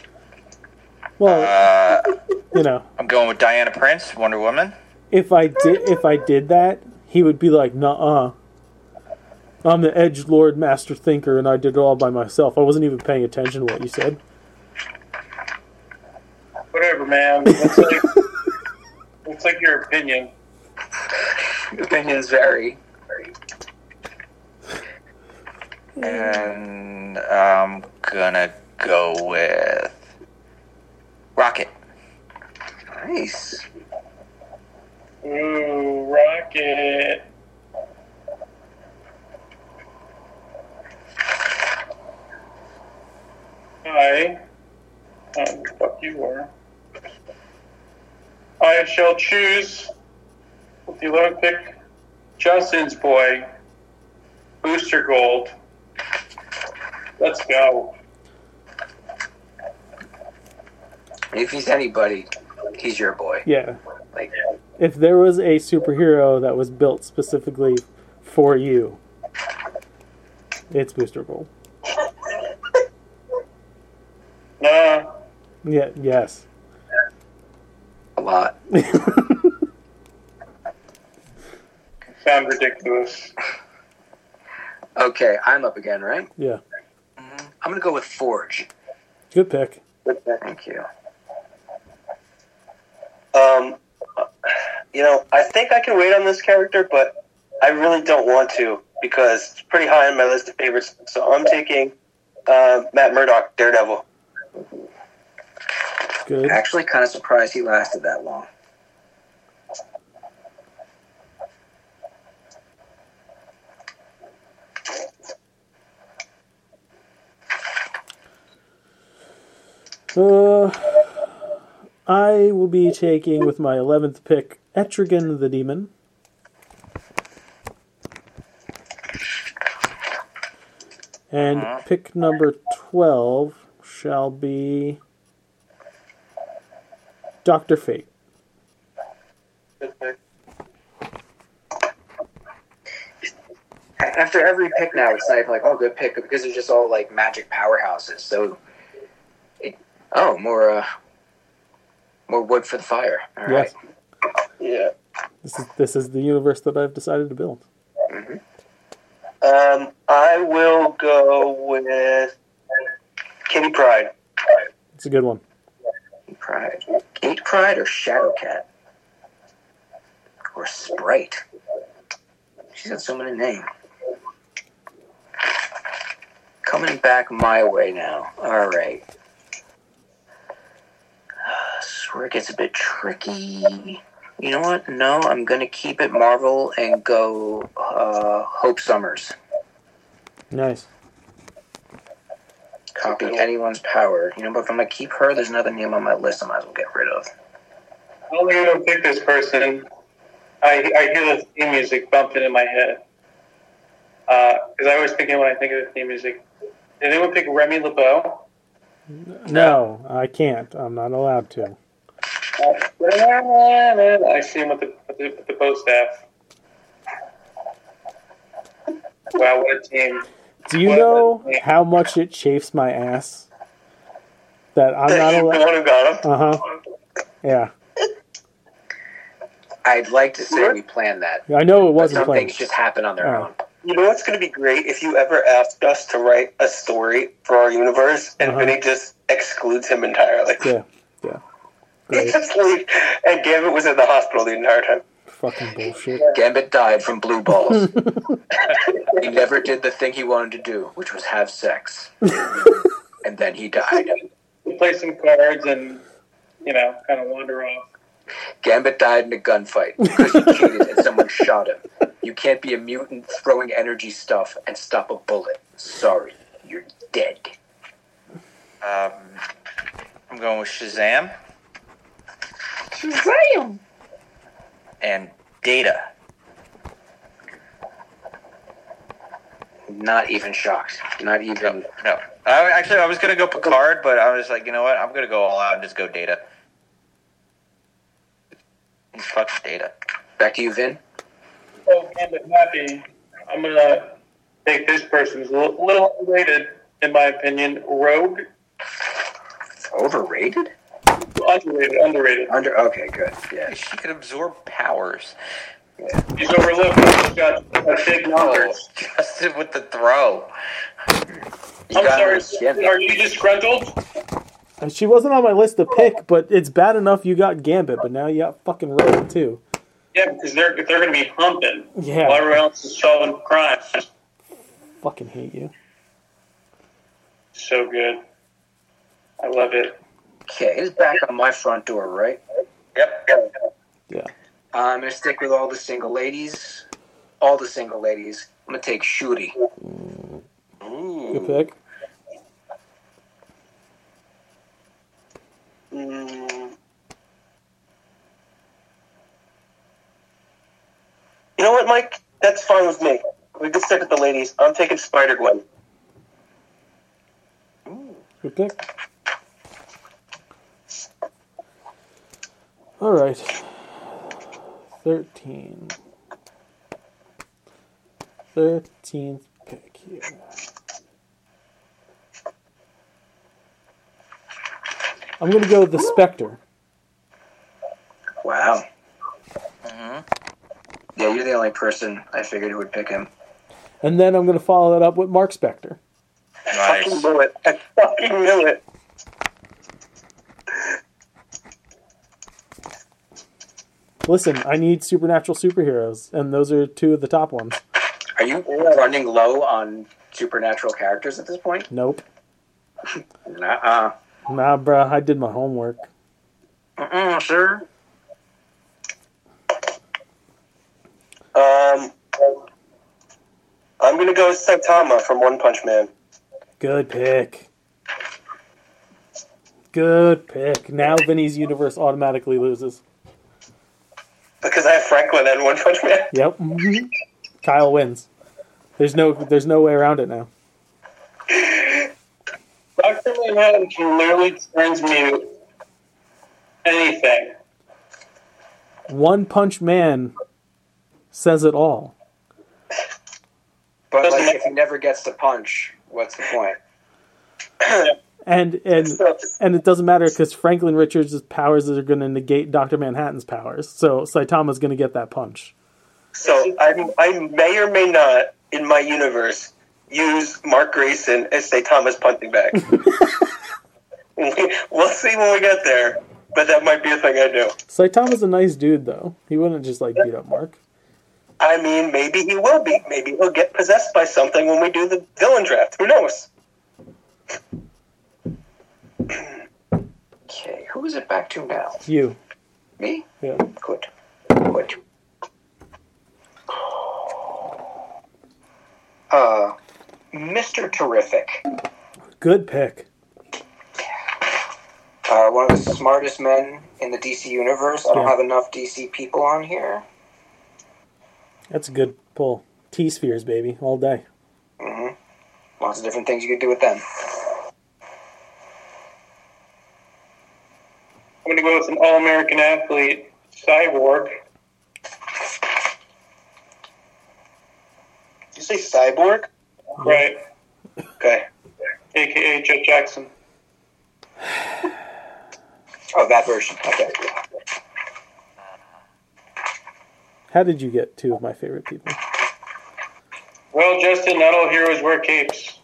Speaker 9: Well,
Speaker 12: Uh,
Speaker 9: you know,
Speaker 12: I'm going with Diana Prince, Wonder Woman.
Speaker 9: if I did if I did that, he would be like, "Nah, uh, I'm the edge lord, master thinker, and I did it all by myself. I wasn't even paying attention to what you said."
Speaker 10: Whatever, man. Looks like, looks like your opinion.
Speaker 8: Opinions vary.
Speaker 12: And I'm gonna go with Rocket.
Speaker 8: Nice.
Speaker 10: Ooh, Rocket. I. Oh, the fuck you were. I shall choose with the 11th pick Justin's boy, Booster Gold. Let's go.
Speaker 8: If he's anybody, he's your boy.
Speaker 9: Yeah.
Speaker 8: Like
Speaker 9: If there was a superhero that was built specifically for you, it's Booster Gold.
Speaker 10: Nah,
Speaker 9: Yeah. Yes.
Speaker 8: a lot.
Speaker 10: sound ridiculous.
Speaker 8: Okay, I'm up again, right?
Speaker 9: Yeah.
Speaker 8: I'm gonna go with Forge.
Speaker 9: Good pick.
Speaker 8: Thank you.
Speaker 7: Um, you know, I think I can wait on this character, but I really don't want to because it's pretty high on my list of favorites. So I'm taking uh, Matt Murdock, Daredevil.
Speaker 9: Good.
Speaker 8: Actually, kind of surprised he lasted that long.
Speaker 9: Uh, I will be taking with my 11th pick Etrigan the Demon. And
Speaker 8: Uh-huh.
Speaker 9: pick number 12 shall be Dr. Fate.
Speaker 8: After every pick now, it's not even like, oh, good pick, because they're just all like magic powerhouses. So, it, oh, more uh, more wood for the fire. All right.
Speaker 9: yes.
Speaker 7: Yeah.
Speaker 9: This is this is the universe that I've decided to build.
Speaker 7: Um, I will go with Kitty Pride.
Speaker 9: It's a good one.
Speaker 8: Pride. Gate Pride or Shadow Cat? Or Sprite? She's got so many names. Coming back my way now. All right. Uh, swear it gets a bit tricky. You know what? No, I'm going to keep it Marvel and go uh, Hope Summers.
Speaker 9: Nice.
Speaker 8: Copy anyone's power. You know, but if I'm going to keep her, there's another name on my list I might as well get rid of.
Speaker 10: Oh, I don't think I'm gonna pick this person. I, I hear the theme music bumping in my head. Because I always think of it when I think of the theme music. Did anyone pick Remy LeBeau?
Speaker 9: No, I can't. I'm not allowed to.
Speaker 10: I see him with the, with the, with the bow staff. Wow, what a team.
Speaker 9: Do you know how much it chafes my ass that I'm not
Speaker 7: You're the
Speaker 9: allowed?
Speaker 7: one who got him.
Speaker 9: Uh huh. Yeah,
Speaker 8: I'd like to say we planned that.
Speaker 9: I know it wasn't
Speaker 8: Some
Speaker 9: planned.
Speaker 8: things just happen on their
Speaker 9: Oh.
Speaker 8: own.
Speaker 7: You know what's going to be great if you ever ask us to write a story for our universe, and
Speaker 9: Uh-huh.
Speaker 7: Vinny just excludes him entirely.
Speaker 9: Yeah, yeah.
Speaker 7: He
Speaker 9: Great.
Speaker 7: just leaves, and Gambit was in the hospital the entire time.
Speaker 9: Fucking bullshit.
Speaker 8: Gambit died from blue balls. he never did the thing he wanted to do, which was have sex. and then he died.
Speaker 10: We play some cards and, you know, kind of wander off.
Speaker 8: Gambit died in a gunfight because he cheated and someone shot him. You can't be a mutant throwing energy stuff and stop a bullet. Sorry, you're dead.
Speaker 12: Um, I'm going with Shazam. Shazam! And Data.
Speaker 8: Not even shocked. Not even.
Speaker 12: No. I, actually, I was going to go Picard, but I was like, you know what? I'm going to go all out and just go Data. And fuck Data.
Speaker 8: Back to you, Vin.
Speaker 10: So, Gambit Oh, Happy, I'm going to take this person's a little, little underrated, in my opinion, Rogue.
Speaker 8: Overrated?
Speaker 10: Underrated, underrated.
Speaker 8: Under. Okay, good. Yeah.
Speaker 12: She could absorb powers.
Speaker 10: He's overlooked. He's got a big
Speaker 12: Oh,
Speaker 10: numbers.
Speaker 12: Justin with the throw.
Speaker 8: You
Speaker 10: I'm
Speaker 8: got
Speaker 10: sorry.
Speaker 8: understand
Speaker 10: Are you disgruntled?
Speaker 9: And She wasn't on my list to pick, but it's bad enough you got Gambit, but now you got fucking Rogue too.
Speaker 10: Yeah, because they're they're going to be humping
Speaker 9: Yeah.
Speaker 10: while everyone else is solving crimes.
Speaker 9: Fucking hate you.
Speaker 10: So good. I love it.
Speaker 8: Okay, it's back on my front door, right?
Speaker 12: Yep.
Speaker 9: Yeah.
Speaker 8: I'm gonna stick with all the single ladies. All the single ladies. I'm gonna take Shuri.
Speaker 9: Good pick.
Speaker 7: Mm. You know what, Mike? That's fine with me. We can stick with the ladies. I'm taking Spider Gwen.
Speaker 9: Good pick. All right. 13. 13th pick here. I'm going to go with the Spectre.
Speaker 8: Wow. Yeah, you're the only person I figured who would pick him.
Speaker 9: And then I'm going to follow that up with Mark Spectre.
Speaker 7: I fucking
Speaker 12: Nice.
Speaker 7: knew it. I fucking knew it.
Speaker 9: Listen, I need supernatural superheroes, and those are two of the top ones.
Speaker 8: Are you running low on supernatural characters at this point?
Speaker 9: Nope.
Speaker 8: Nuh-uh.
Speaker 9: Nah, bruh, I did my homework.
Speaker 8: Mm-mm, sir.
Speaker 7: Um, I'm gonna go with Saitama from One Punch Man.
Speaker 9: Good pick. Good pick. Now Vinny's universe automatically loses.
Speaker 7: Because I have Franklin and One Punch Man.
Speaker 9: Yep. Mm-hmm. Kyle wins. There's no there's no way around it now.
Speaker 10: Dr. Manhattan can literally transmute anything.
Speaker 9: One Punch Man says it all.
Speaker 8: But like, if he never gets to punch, what's the point?
Speaker 9: And and and it doesn't matter because Franklin Richards' powers are going to negate Doctor Manhattan's powers, so Saitama's going to get that punch.
Speaker 7: So I, I may or may not, in my universe, use Mark Grayson as say Thomas punting back. We- we'll see when we get there, but that might be a thing I do.
Speaker 9: Saitama's a nice dude though; he wouldn't just like beat up Mark.
Speaker 7: I mean, maybe he will be. Maybe he'll get possessed by something when we do the villain draft. Who knows?
Speaker 8: Okay, who is it back to now?
Speaker 9: You,
Speaker 8: Me?
Speaker 9: yeah.
Speaker 8: Good. Good. Uh, Mr. Terrific.
Speaker 9: Good pick.
Speaker 8: Uh, one of the smartest men in the DC universe. I don't
Speaker 9: Yeah.
Speaker 8: have enough DC people on here.
Speaker 9: That's a good pull. T spheres, baby, all day.
Speaker 8: hmm Lots of different things you could do with them.
Speaker 10: I'm going to go with an all American athlete, Cyborg.
Speaker 7: Did you say cyborg?
Speaker 9: Mm-hmm.
Speaker 10: Right.
Speaker 7: Okay.
Speaker 10: AKA Jet Jackson.
Speaker 8: Oh, that version. Okay.
Speaker 9: How did you get two of my favorite people?
Speaker 10: Well, Justin, not all heroes wear capes,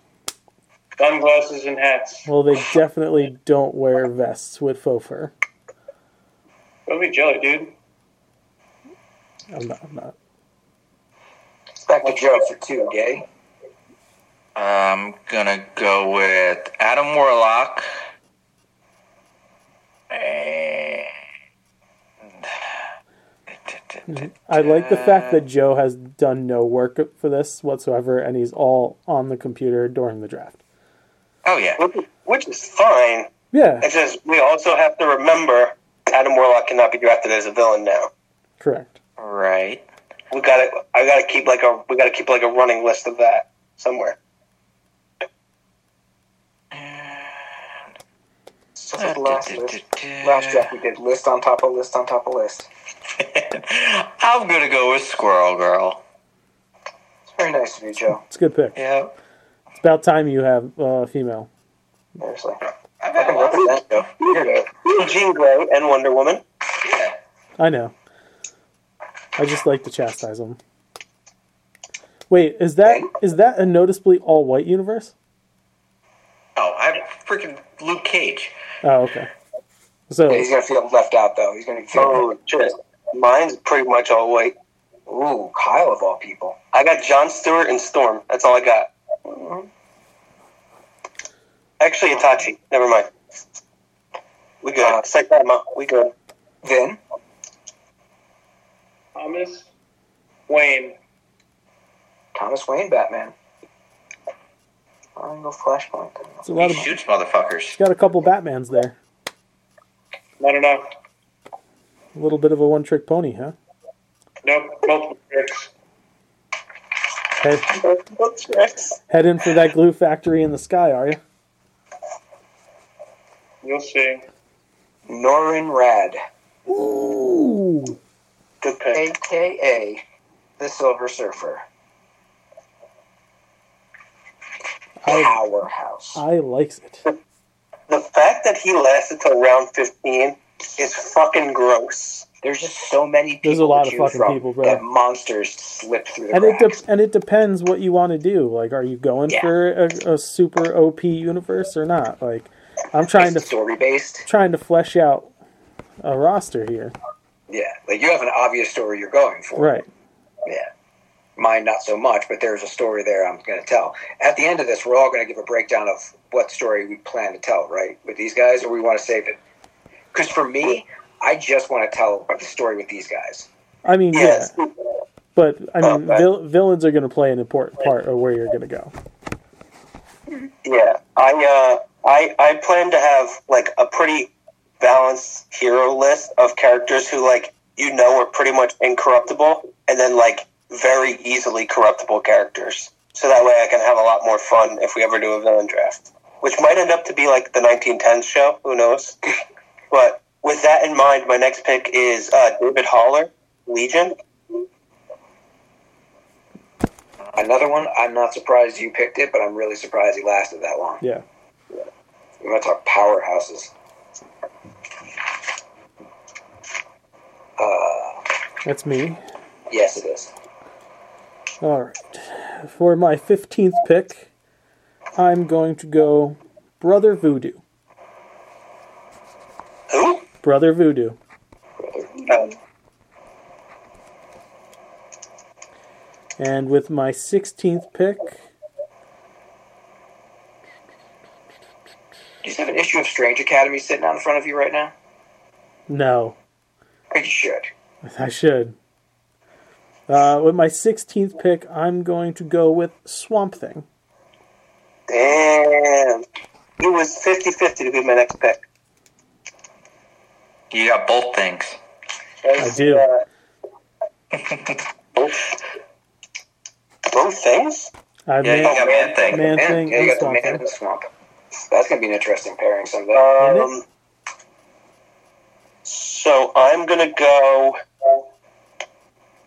Speaker 10: sunglasses, and hats.
Speaker 9: Well, they definitely don't wear vests with faux fur.
Speaker 10: Don't be jelly, dude.
Speaker 9: I'm not. I'm not.
Speaker 8: It's back to Joe for two, gay.
Speaker 12: I'm gonna go with Adam Warlock. And
Speaker 9: I like the fact that Joe has done no work for this whatsoever, and he's all on the computer during the draft.
Speaker 12: oh yeah,
Speaker 7: Which, which is fine.
Speaker 9: Yeah,
Speaker 7: It's just we also have to remember Adam Warlock cannot be drafted as a villain now.
Speaker 9: correct.
Speaker 12: right.
Speaker 7: We got to I got to keep like a we got to keep like a running list of that somewhere.
Speaker 8: So it's the last list. Last draft we did list on top of list on top of list.
Speaker 12: I'm gonna go with Squirrel Girl.
Speaker 8: It's very nice of you, Joe.
Speaker 9: It's a good pick.
Speaker 12: Yep.
Speaker 9: It's about time you have uh, female.
Speaker 8: Seriously.
Speaker 12: I've had a
Speaker 8: Fucking
Speaker 12: lot of-
Speaker 8: represent, Joe. You're good.
Speaker 7: Jean Grey and Wonder Woman.
Speaker 9: I know. I just like to chastise him. Wait, is that is that a noticeably all white universe?
Speaker 12: Oh, I'm freaking Luke Cage.
Speaker 9: Oh, okay. So
Speaker 8: Yeah, he's gonna feel left out though. He's gonna feel.
Speaker 7: Oh, shit. Mine's pretty much all white.
Speaker 8: Ooh, Kyle of all people.
Speaker 7: I got John Stewart and Storm. That's all I got. Mm-hmm. Actually, Itachi. Never mind. We good.
Speaker 8: Uh,
Speaker 7: Saitama. We good.
Speaker 8: Vin,
Speaker 10: Thomas Wayne.
Speaker 8: Thomas Wayne, Batman. I'm gonna go Flashpoint.
Speaker 9: it's a
Speaker 12: He
Speaker 9: lot of
Speaker 12: shoots motherfuckers.
Speaker 9: got a couple Batmans there.
Speaker 10: Not enough.
Speaker 9: A little bit of a one trick pony, huh?
Speaker 10: Nope. Multiple tricks.
Speaker 9: Head, head in for that glue factory in the sky, are you?
Speaker 10: You'll see.
Speaker 8: Norrin Rad,
Speaker 9: Ooh.
Speaker 7: Good pick.
Speaker 8: aka the Silver Surfer.
Speaker 9: I,
Speaker 8: Powerhouse.
Speaker 9: I likes it.
Speaker 7: The fact that he lasted till round 15 is fucking gross.
Speaker 8: There's just so many people.
Speaker 9: There's a lot
Speaker 8: to
Speaker 9: of
Speaker 8: choose
Speaker 9: fucking
Speaker 8: from
Speaker 9: people, bro.
Speaker 8: That monsters slip through the
Speaker 9: and it
Speaker 8: cracks.
Speaker 9: de- and it depends what you want to do. Like, are you going
Speaker 8: Yeah.
Speaker 9: for a, a super OP universe or not? Like, I'm trying to
Speaker 8: story based.
Speaker 9: trying to flesh out a roster here,
Speaker 8: Yeah, like you have an obvious story you're going for.
Speaker 9: right?
Speaker 8: Yeah. Mine, not so much, but there's a story there I'm going to tell. At the end of this, we're all going to give a breakdown of what story we plan to tell, right? With these guys, or we want to save it? Because for me, I just want to tell the story with these guys.
Speaker 9: I mean,
Speaker 7: Yes.
Speaker 9: yeah, but I mean,
Speaker 7: Okay.
Speaker 9: vil- villains are going to play an important part of where you're going to go.
Speaker 7: Yeah. I, uh, I I plan to have like a pretty balanced hero list of characters who like you know are pretty much incorruptible, and then like very easily corruptible characters. So that way, I can have a lot more fun if we ever do a villain draft, which might end up to be like the 1910s show. Who knows? but with that in mind, my next pick is uh, David Haller, Legion.
Speaker 8: Another one. I'm not surprised you picked it, but I'm really surprised he lasted that long.
Speaker 9: Yeah.
Speaker 8: We want to talk powerhouses. Uh,
Speaker 9: That's me.
Speaker 8: yes, it is.
Speaker 9: All right. For my 15th pick, I'm going to go Brother Voodoo.
Speaker 7: Who?
Speaker 9: Brother Voodoo.
Speaker 7: Uh,
Speaker 9: And with my 16th pick,
Speaker 8: Do you have an issue of Strange Academy sitting out in front of you right now?
Speaker 9: no,
Speaker 8: You should.
Speaker 9: I should. Uh, with my 16th pick, I'm going to go with Swamp Thing.
Speaker 7: damn. It was 50 50 to be my next pick.
Speaker 12: You got both things.
Speaker 7: I
Speaker 9: do.
Speaker 7: both, both things?
Speaker 9: I
Speaker 12: Yeah, you got man thing.
Speaker 9: Man
Speaker 8: Man-
Speaker 9: Thing
Speaker 8: yeah, you
Speaker 9: and
Speaker 8: got the
Speaker 9: Swamp
Speaker 8: man
Speaker 9: Thing.
Speaker 8: in the swamp. That's gonna be an interesting pairing someday.
Speaker 7: Um, so I'm gonna go.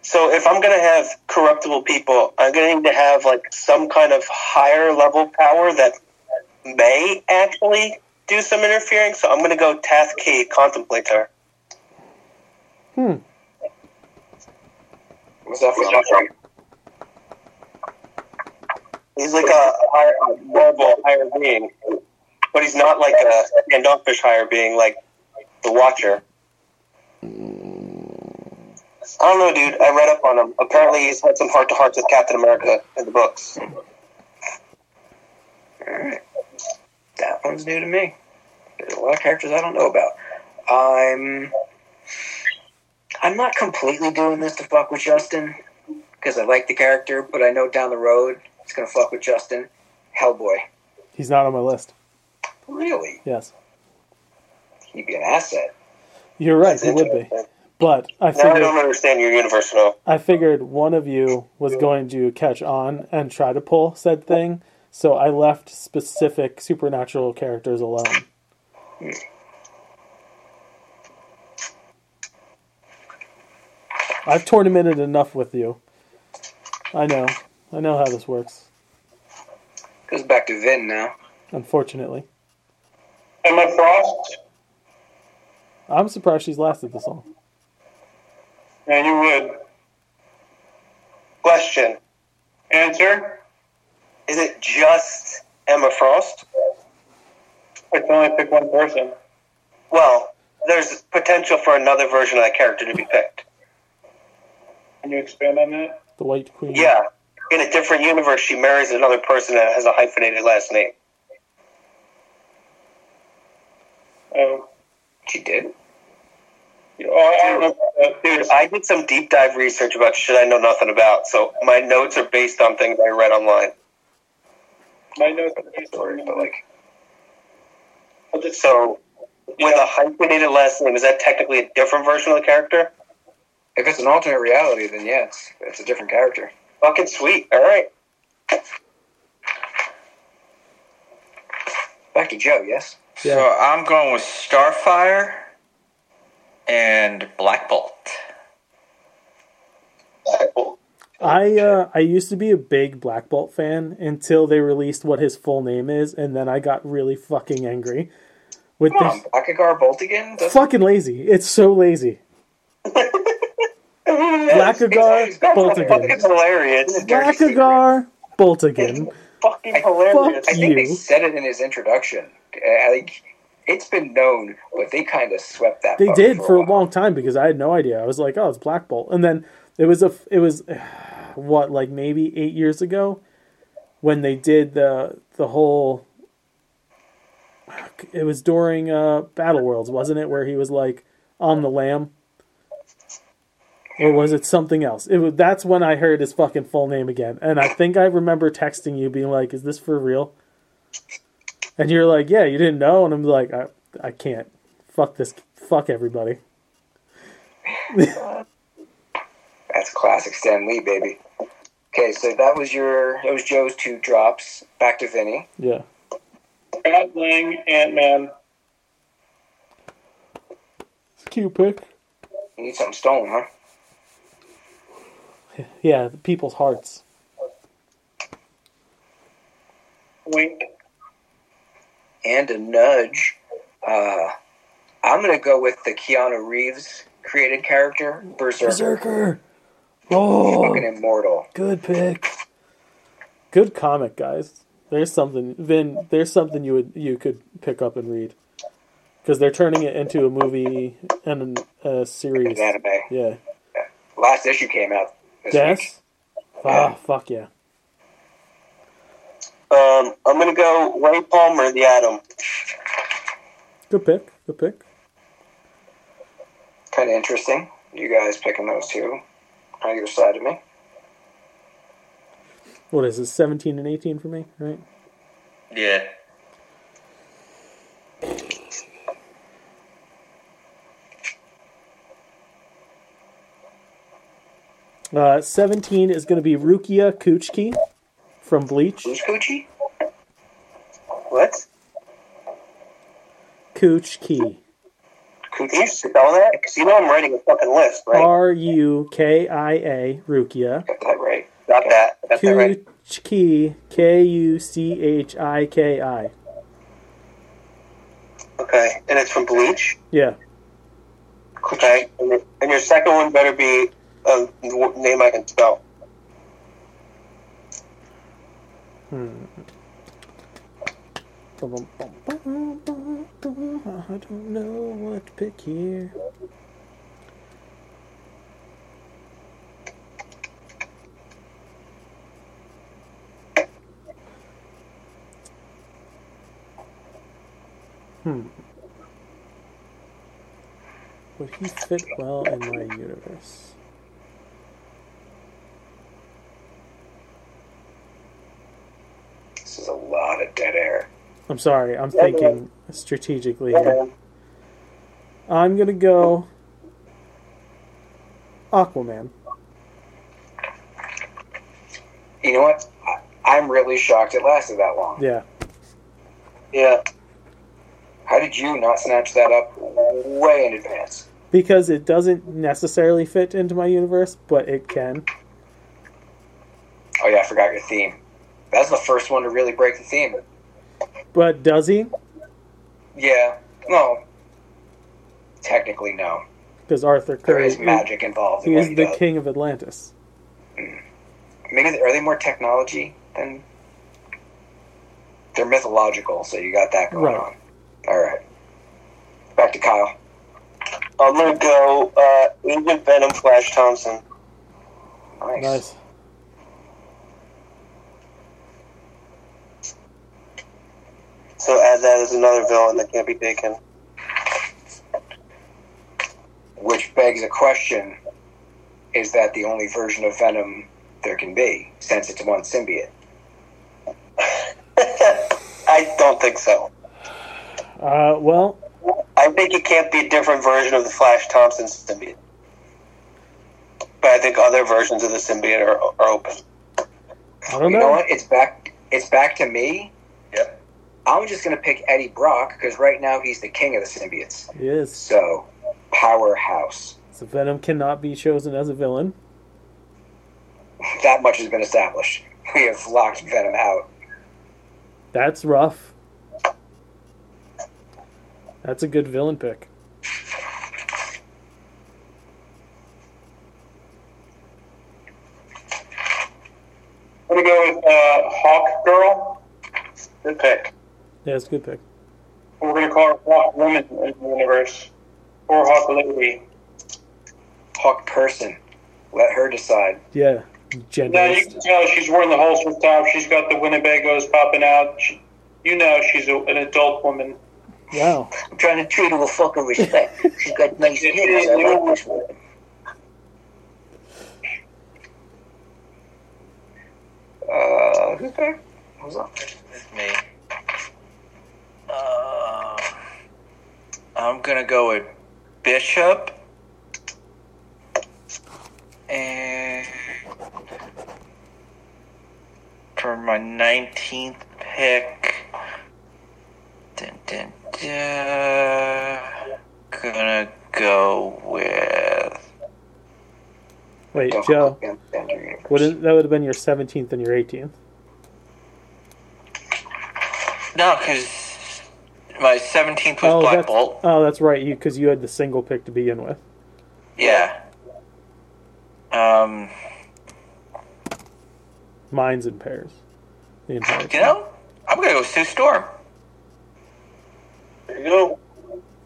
Speaker 7: So if I'm gonna have corruptible people, I'm gonna need to have like some kind of higher level power that may actually do some interfering. So I'm gonna go Tath Key Contemplator.
Speaker 9: Hmm.
Speaker 8: What's that from?
Speaker 7: He's like a, higher, a marble higher being, but he's not like a standoffish higher being like the Watcher. I don't know, dude. I read up on him. Apparently, he's had some heart to hearts with Captain America in the books.
Speaker 8: That one's new to me. There's a lot of characters I don't know about. I'm I'm not completely doing this to fuck with Justin because I like the character, but I know down the road it's gonna fuck with Justin. Hellboy,
Speaker 9: He's not on my list.
Speaker 8: really?
Speaker 9: Yes.
Speaker 8: He'd be an asset.
Speaker 9: You're right, he would be. But I
Speaker 7: Now I
Speaker 9: figured,
Speaker 7: don't understand your universe at all.
Speaker 9: I figured one of you was going to catch on and try to pull said thing, so I left specific supernatural characters alone. I've tournamented enough with you. I know. I know how this works,
Speaker 8: Goes back to Vin now.
Speaker 9: unfortunately.
Speaker 7: Am I Frost?
Speaker 9: I'm surprised she's lasted this long.
Speaker 7: And you would. Question. Answer. Is it just Emma Frost? I can only pick one person. Well, there's potential for another version of that character to be picked. Can you expand on that?
Speaker 9: The White Queen.
Speaker 7: Yeah. In a different universe, she marries another person that has a hyphenated last name. Oh.
Speaker 8: She did.
Speaker 7: Dude, I did some deep dive research about shit I know nothing about, so my notes are based on things I read online. My notes are based on but like. So, with a hyphenated last name, is that technically a different version of the character?
Speaker 8: If it's an alternate reality, then yeah, it's, it's a different character.
Speaker 7: Fucking sweet. All right.
Speaker 8: Back to Joe, yes.
Speaker 9: Yeah.
Speaker 12: So I'm going with Starfire and Black Bolt.
Speaker 9: I uh, I used to be a big Black Bolt fan until they released what his full name is, and then I got really fucking angry with
Speaker 8: Come on,
Speaker 9: this
Speaker 8: Akagar Bolt again? Doesn't-
Speaker 9: fucking lazy. It's so lazy. Blackagar
Speaker 8: It's- it's-
Speaker 7: It's
Speaker 9: Boltigan.
Speaker 7: hilarious.
Speaker 8: dirty secret.
Speaker 9: Blackagar Boltigan.
Speaker 7: Fucking hilarious.
Speaker 8: I think they
Speaker 9: you.
Speaker 8: said it in his introduction. I think it's been known, but they kind of swept that.
Speaker 9: They
Speaker 8: bug
Speaker 9: did for a
Speaker 8: while.
Speaker 9: long time because I had no idea. I was like, oh, it's Black Bolt, and then it was a it was what like maybe eight years ago when they did the the whole. It was during uh, Battle Worlds, wasn't it, where he was like on the lamb, or was it something else? It was that's when I heard his fucking full name again, and I think I remember texting you being like, "Is this for real?" And you're like, yeah, you didn't know, and I'm like, I, I can't. Fuck this. Fuck everybody.
Speaker 8: That's classic Stan Lee, baby. Okay, so that was your that was Joe's two drops. Back to Vinny.
Speaker 9: Yeah.
Speaker 10: Scott Lang, Ant Man.
Speaker 9: It's a cute pick.
Speaker 8: You need something stolen, huh?
Speaker 9: Yeah, the people's hearts.
Speaker 10: Wink.
Speaker 8: And a nudge. Uh, I'm gonna go with the Keanu Reeves created character, Berserker.
Speaker 9: Berserker. Oh,
Speaker 8: Fucking immortal.
Speaker 9: good pick. Good comic, guys. There's something, Vin. There's something you would you could pick up and read because they're turning it into a movie and a series.
Speaker 8: An anime.
Speaker 9: Yeah.
Speaker 8: Last issue came out. This week.
Speaker 9: Yes. Ah, fuck yeah.
Speaker 7: Um, I'm gonna go Ray Palmer, the Atom.
Speaker 9: Good pick. Good pick.
Speaker 8: Kind of interesting. You guys picking those two on either side of me.
Speaker 9: What is this? Seventeen and eighteen for me, right?
Speaker 12: Yeah.
Speaker 9: Uh, Seventeen is going to be Rukia Kuchiki from Bleach.
Speaker 8: Who's Gucci? What?
Speaker 9: Kuchiki.
Speaker 7: Can you spell that? Because you know I'm writing a fucking list, right?
Speaker 9: R U K I A Rukia.
Speaker 8: Got that right.
Speaker 7: Got that. Got that right.
Speaker 9: Kuchiki. K U C H I K I.
Speaker 7: Okay, and it's from Bleach.
Speaker 9: Yeah.
Speaker 7: Okay, and, your- and your second one better be a w- name I can spell.
Speaker 9: I don't know what to pick here. Hmm. Would he fit well in my universe?
Speaker 8: This is a lot of dead air.
Speaker 9: I'm sorry, I'm thinking strategically here. I'm gonna go Aquaman.
Speaker 8: You know what? I, I'm really shocked it lasted that long.
Speaker 9: Yeah.
Speaker 7: Yeah,
Speaker 8: How did you not snatch that up way in advance?
Speaker 9: Because it doesn't necessarily fit into my universe, but it can.
Speaker 8: Oh yeah, I forgot your theme. That's the first one to really break the theme.
Speaker 9: But does he?
Speaker 8: Yeah. No. Technically, no.
Speaker 9: Because Arthur
Speaker 8: There
Speaker 9: Curry
Speaker 8: is magic involved.
Speaker 9: He
Speaker 8: in what
Speaker 9: is
Speaker 8: he
Speaker 9: the
Speaker 8: does.
Speaker 9: king of Atlantis.
Speaker 8: Maybe they- are they more technology than they're mythological? So you got that going
Speaker 9: Right.
Speaker 8: on. All right. Back to Kyle.
Speaker 7: I'm gonna go uh, Agent Venom, Flash Thompson.
Speaker 8: Nice.
Speaker 9: Nice.
Speaker 7: So add that as another villain that can't be taken.
Speaker 8: Which begs a question: Is that the only version of Venom there can be, since it's one symbiote?
Speaker 7: I don't think so.
Speaker 9: Uh, well,
Speaker 7: I think it can't be a different version of the Flash Thompson symbiote. But I think other versions of the symbiote are, are open.
Speaker 9: I don't
Speaker 8: You know
Speaker 9: know.
Speaker 8: what? It's back. It's back to me.
Speaker 7: Yep.
Speaker 8: I'm just gonna pick Eddie Brock because right now he's the king of the symbiotes.
Speaker 9: He is.
Speaker 8: So, powerhouse.
Speaker 9: So Venom cannot be chosen as a villain.
Speaker 8: That much has been established. We have locked Venom out.
Speaker 9: That's rough. That's a good villain pick.
Speaker 10: I'm gonna go with uh, Hawk Girl. Good pick.
Speaker 9: Yeah, it's a good pick.
Speaker 10: We're gonna call her Hawk Woman in the universe, or Hawk Lady.
Speaker 8: Hawk person. Let her decide.
Speaker 9: Yeah.
Speaker 10: Now you
Speaker 9: Genderist.
Speaker 10: can tell she's wearing the holster top. She's got the Winnebago's popping out. She, you know she's a, an adult woman.
Speaker 9: Wow.
Speaker 8: I'm trying to treat her with fucking respect. She's got nice titties. I like this woman. Uh, who's there? Who's up?
Speaker 12: It's me.
Speaker 8: Uh, I'm gonna go with Bishop. And for my 19th pick, dun, dun, dun, gonna go with.
Speaker 9: Wait, Joe. Wouldn't that would have been your seventeenth and your eighteenth?
Speaker 8: No, because my 17th was
Speaker 9: oh,
Speaker 8: Black
Speaker 9: that's,
Speaker 8: Bolt.
Speaker 9: oh, that's right. You because you had the single pick to begin with.
Speaker 8: Yeah. Um,
Speaker 9: Mine's in pairs. The entire
Speaker 8: you know, I'm gonna go Sue Storm.
Speaker 13: There you go.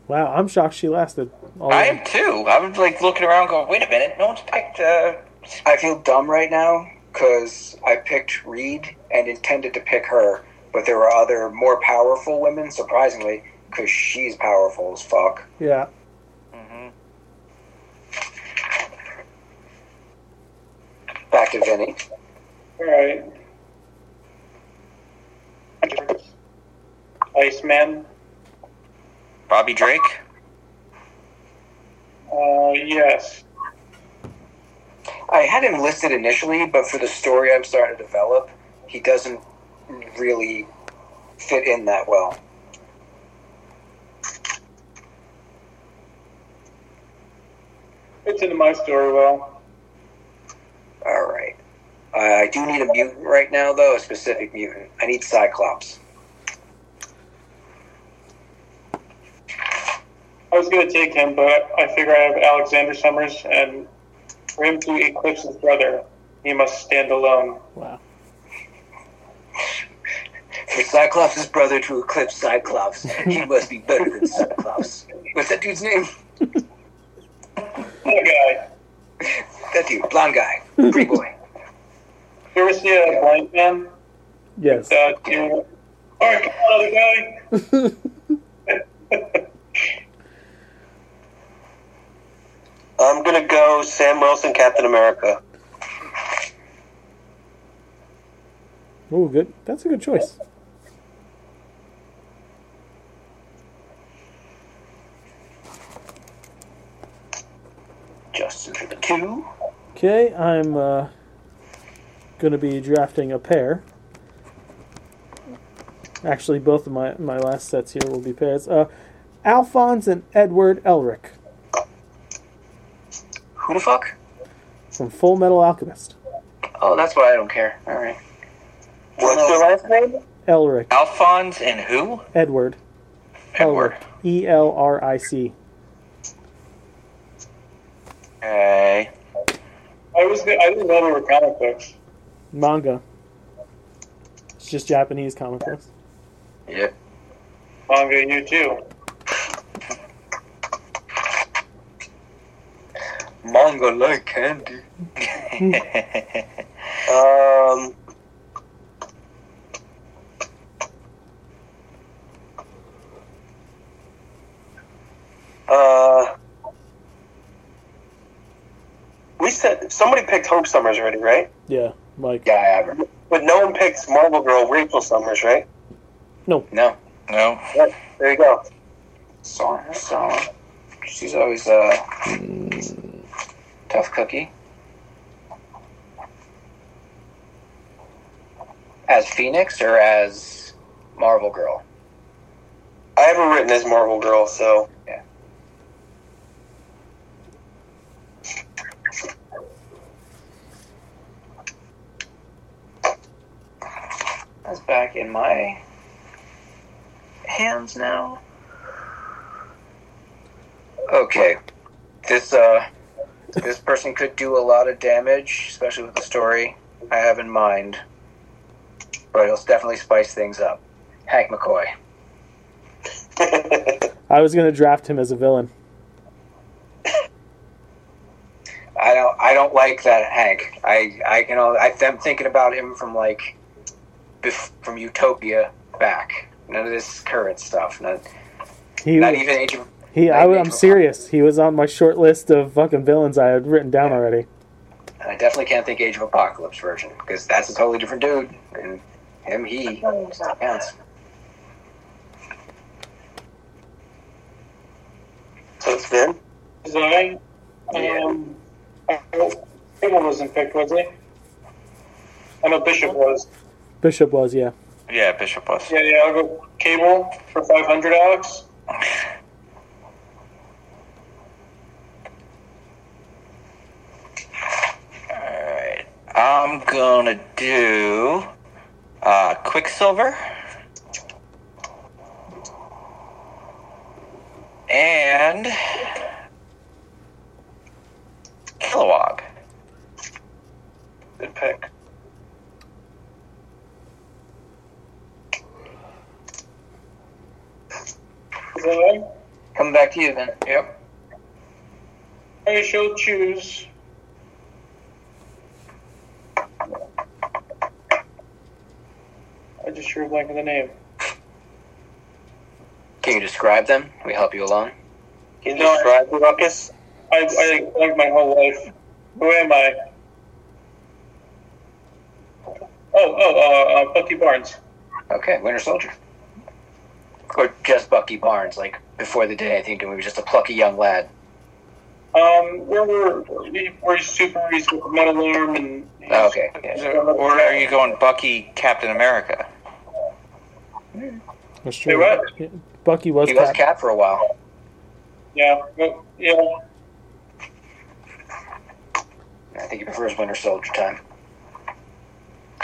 Speaker 9: Wow, I'm shocked she lasted. All
Speaker 8: I am too. I was like looking around, going, "Wait a minute, no one's picked." Uh,
Speaker 7: I feel dumb right now because I picked Reed and intended to pick her, but there were other more powerful women, surprisingly, because she's powerful as fuck.
Speaker 9: yeah.
Speaker 7: Back to Vinny.
Speaker 10: All right. Iceman.
Speaker 8: Bobby Drake.
Speaker 10: Uh, yes.
Speaker 7: I had him listed initially, but for the story I'm starting to develop, he doesn't really fit in that well.
Speaker 10: It's into my story well.
Speaker 7: All right. Uh, I do need a mutant right now, though, a specific mutant. I need Cyclops.
Speaker 10: I was going to take him, but I figure I have Alexander Summers, and for him to eclipse his brother, he must stand alone.
Speaker 9: Wow.
Speaker 7: For Cyclops' brother to eclipse Cyclops, he must be better than Cyclops. What's that dude's name?
Speaker 10: That guy.
Speaker 7: That dude, blonde guy, pretty boy.
Speaker 10: You ever see a blind man?
Speaker 9: Yes.
Speaker 10: Uh, you- All right, come on, other guy.
Speaker 13: I'm gonna go Sam Wilson, Captain America.
Speaker 9: Ooh, good. That's a good choice.
Speaker 7: Justin for the two.
Speaker 9: Okay, I'm uh, going to be drafting a pair. Actually, both of my, my last sets here will be pairs. Uh, Alphonse and Edward Elric
Speaker 7: Who the fuck?
Speaker 9: from Full Metal Alchemist.
Speaker 7: Oh, that's why I don't care. All right.
Speaker 13: What's your last name?
Speaker 9: Elric.
Speaker 8: Alphonse and who?
Speaker 9: Edward.
Speaker 8: Edward.
Speaker 9: Elric. E L R I C.
Speaker 8: Okay.
Speaker 10: I was gonna, I didn't know they were comic books.
Speaker 9: Manga. It's just Japanese comic books.
Speaker 8: Yep.
Speaker 10: Manga, you too.
Speaker 8: Manga like candy.
Speaker 13: Um, uh, we said somebody picked Hope Summers already, right?
Speaker 9: Yeah, Mike.
Speaker 7: Yeah, I have her.
Speaker 13: But no one picked Marvel Girl Rachel Summers, right?
Speaker 7: No.
Speaker 8: no.
Speaker 13: Right, There you go.
Speaker 7: Saw her. Saw her. She's always a uh, tough cookie. As Phoenix or as Marvel Girl?
Speaker 13: I have her written as Marvel Girl, so
Speaker 7: That's back in my hands now. Okay. This uh this person could do a lot of damage, especially with the story I have in mind. But it'll definitely spice things up. Hank McCoy.
Speaker 9: I was going to draft him as a villain.
Speaker 7: I don't I don't like that Hank. I I can all, I, I'm thinking about him from like bef- from Utopia back. None of this current stuff. Not,
Speaker 9: He,
Speaker 7: not
Speaker 9: was-
Speaker 7: even Age of
Speaker 9: he I,
Speaker 7: Nightmare
Speaker 9: I'm
Speaker 7: Before.
Speaker 9: serious. He was on my short list of fucking villains I had written down already.
Speaker 7: And I definitely can't think Age of Apocalypse version because that's a totally different dude. And him, he still counts. So it's Vin.
Speaker 10: Design. Um, I hope Cable wasn't picked, was he? I know Bishop was.
Speaker 9: Bishop was, yeah.
Speaker 8: Yeah, Bishop was.
Speaker 10: Yeah, yeah, I'll go Cable for 500, Alex.
Speaker 8: Alright. I'm gonna do uh, Quicksilver. And Kilowog.
Speaker 10: Good pick. Is that right?
Speaker 7: Come back to you then. Yep.
Speaker 10: I shall choose. I just drew a blank on the name.
Speaker 7: Can you describe them? We help you along.
Speaker 10: Can you describe the ruckus? I, I like my whole life. Who am I? Oh, oh, uh, uh, Bucky Barnes.
Speaker 7: Okay, Winter Soldier. Or just Bucky Barnes, like before they did anything to him, he was just a plucky young lad.
Speaker 10: Um, where were we were super he's with the metal arm and
Speaker 8: Oh, okay. yeah. Or are you going Bucky Captain America?
Speaker 9: That's
Speaker 10: Say
Speaker 9: true.
Speaker 10: what?
Speaker 9: Yeah, Bucky was,
Speaker 7: He was
Speaker 9: Cap.
Speaker 7: Cap for a while.
Speaker 10: Yeah, well, yeah.
Speaker 7: I think he prefers Winter Soldier time.
Speaker 10: Oh,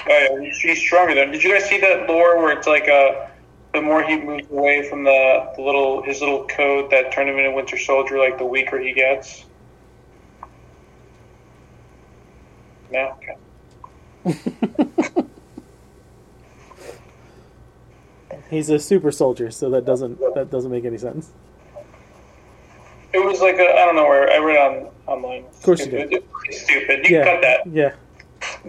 Speaker 10: yeah, he's, he's stronger than. Did you guys see that lore where it's like uh, the more he moves away from the, the little his little code that turned him into Winter Soldier, like the weaker he gets. No. Okay.
Speaker 9: He's a super soldier, so that doesn't that doesn't make any sense.
Speaker 10: It was like a, I don't know where I read on online. Of
Speaker 9: course you
Speaker 10: did. Stupid. You
Speaker 9: Yeah,
Speaker 10: cut that.
Speaker 9: yeah.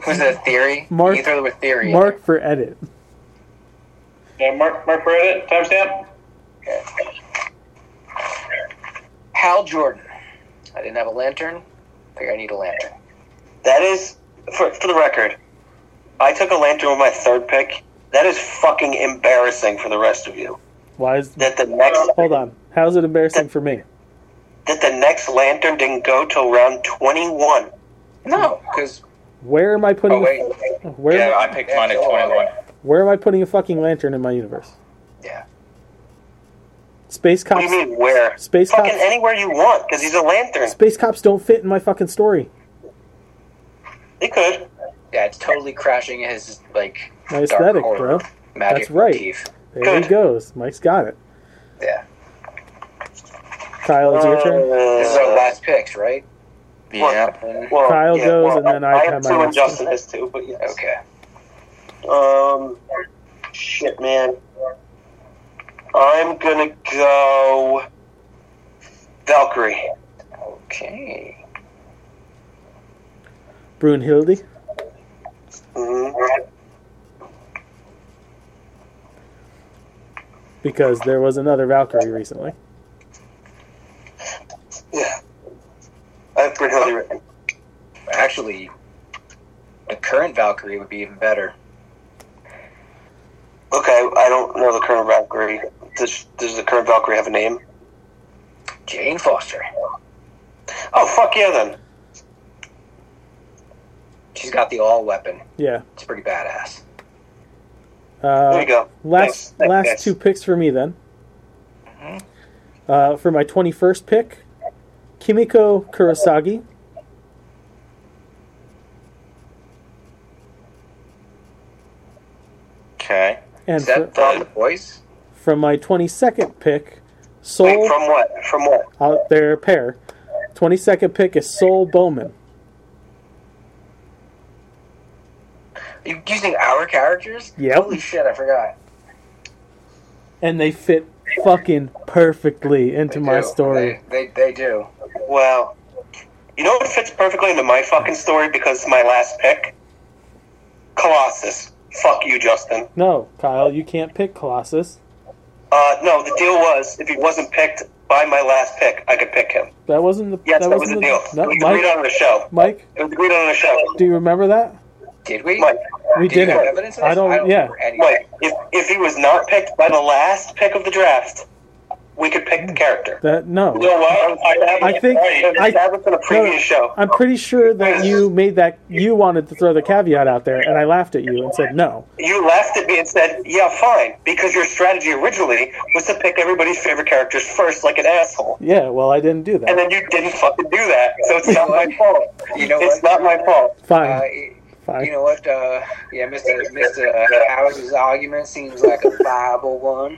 Speaker 7: Was it a theory?
Speaker 9: Mark-
Speaker 7: you throw the word theory. in
Speaker 9: Mark for edit.
Speaker 10: Yeah, mark mark for edit timestamp.
Speaker 7: there. Hal Jordan. I didn't have a lantern. Figure I need a lantern.
Speaker 14: That is, for, for the record, I took a lantern with my third pick. That is fucking embarrassing for the rest of you.
Speaker 9: Why is
Speaker 14: That the next
Speaker 9: hold on? How's it embarrassing for me?
Speaker 14: that the next lantern didn't go till round twenty one.
Speaker 7: No, because
Speaker 9: Where am I putting?
Speaker 7: oh wait,
Speaker 9: a, where
Speaker 8: Yeah, I picked mine at 21.
Speaker 9: where am I putting a fucking lantern in my universe?
Speaker 7: yeah.
Speaker 9: Space
Speaker 14: What do
Speaker 9: cops.
Speaker 7: Mm-hmm.
Speaker 14: you mean where?
Speaker 9: Space
Speaker 14: fucking
Speaker 9: cops.
Speaker 14: anywhere you want, because he's a lantern.
Speaker 9: Space cops don't fit in my fucking story.
Speaker 14: He could.
Speaker 7: Yeah, it's totally crashing his like
Speaker 9: My aesthetic,
Speaker 7: horror
Speaker 9: bro.
Speaker 7: magic
Speaker 9: That's right.
Speaker 7: motif.
Speaker 9: There he
Speaker 14: Hmm.
Speaker 9: goes. Mike's got it.
Speaker 7: Yeah.
Speaker 9: Kyle, it's your
Speaker 14: Uh,
Speaker 9: turn.
Speaker 7: This is our last picks, right?
Speaker 8: Yeah.
Speaker 14: Well,
Speaker 9: Kyle
Speaker 14: yeah,
Speaker 9: goes,
Speaker 14: well,
Speaker 9: and then I,
Speaker 14: I
Speaker 9: have
Speaker 14: have
Speaker 9: my
Speaker 14: two, and
Speaker 9: next one.
Speaker 14: Justin has two, but yes.
Speaker 7: Okay.
Speaker 14: Um, shit, man. I'm gonna go Valkyrie.
Speaker 7: Okay.
Speaker 9: Brunhilde.
Speaker 14: Mhm.
Speaker 9: because there was another Valkyrie recently.
Speaker 14: Yeah. I have Brynhilde written.
Speaker 7: Actually, the current Valkyrie would be even better.
Speaker 14: Okay, I don't know the current Valkyrie. Does, does the current Valkyrie have a name?
Speaker 7: Jane Foster.
Speaker 14: Oh, fuck yeah, then.
Speaker 7: She's got the all weapon.
Speaker 9: Yeah.
Speaker 7: It's pretty badass.
Speaker 14: There
Speaker 9: Uh,
Speaker 14: you go.
Speaker 9: last
Speaker 14: Thanks, thanks,
Speaker 9: last
Speaker 14: guys. Mm-hmm.
Speaker 9: two picks for me then. Uh, for my twenty first pick, Kimiko Kurosagi.
Speaker 8: Okay.
Speaker 9: And
Speaker 7: Is that
Speaker 9: for,
Speaker 7: from the boys?
Speaker 9: from my twenty second pick,
Speaker 14: Wait,
Speaker 9: Soul
Speaker 14: from what? From what?
Speaker 9: out their pair. Twenty second pick is Soul Bowman.
Speaker 7: Are you using our characters?
Speaker 9: Yep.
Speaker 7: Holy shit, I forgot.
Speaker 9: And they fit fucking perfectly into
Speaker 7: They
Speaker 9: my
Speaker 7: do.
Speaker 9: story.
Speaker 7: They, they, they do.
Speaker 14: Wow. You know what fits perfectly into my fucking story because it's my last pick? Colossus. Fuck you, Justin.
Speaker 9: No, Kyle, you can't pick Colossus.
Speaker 14: Uh, no, the deal was if he wasn't picked by my last pick, I could pick him.
Speaker 9: That wasn't the
Speaker 14: Yes,
Speaker 9: that,
Speaker 14: that, was
Speaker 9: wasn't
Speaker 14: the deal.
Speaker 9: no,
Speaker 14: we agreed
Speaker 9: Mike,
Speaker 14: on the show.
Speaker 9: Mike,
Speaker 14: It was agreed on the show.
Speaker 9: do you remember that?
Speaker 7: Did we?
Speaker 14: Mike,
Speaker 9: We
Speaker 7: Do you
Speaker 9: didn't.
Speaker 7: have evidence of
Speaker 9: I
Speaker 7: this?
Speaker 9: don't- yeah.
Speaker 7: remember anything.
Speaker 14: Mike, if, if he was not picked by the last pick of the draft,
Speaker 10: we could pick the character.
Speaker 9: That no.
Speaker 10: You know what? I,
Speaker 9: I think I,
Speaker 10: that was in a previous
Speaker 9: no,
Speaker 10: show.
Speaker 9: I'm pretty sure that you made that you wanted to throw the caveat out there, and I laughed at you and said no.
Speaker 10: You laughed at me and said, "Yeah, fine," because your strategy originally was to pick everybody's favorite characters first, like an asshole.
Speaker 9: Yeah, well, I didn't do that.
Speaker 10: And then you didn't fucking do that, so it's not my fault.
Speaker 7: You know
Speaker 10: it's
Speaker 7: what?
Speaker 10: not my fault.
Speaker 9: Fine,
Speaker 7: Uh,
Speaker 9: fine.
Speaker 7: you know what? Uh, yeah, Mr. Mr. House's argument seems like a viable one,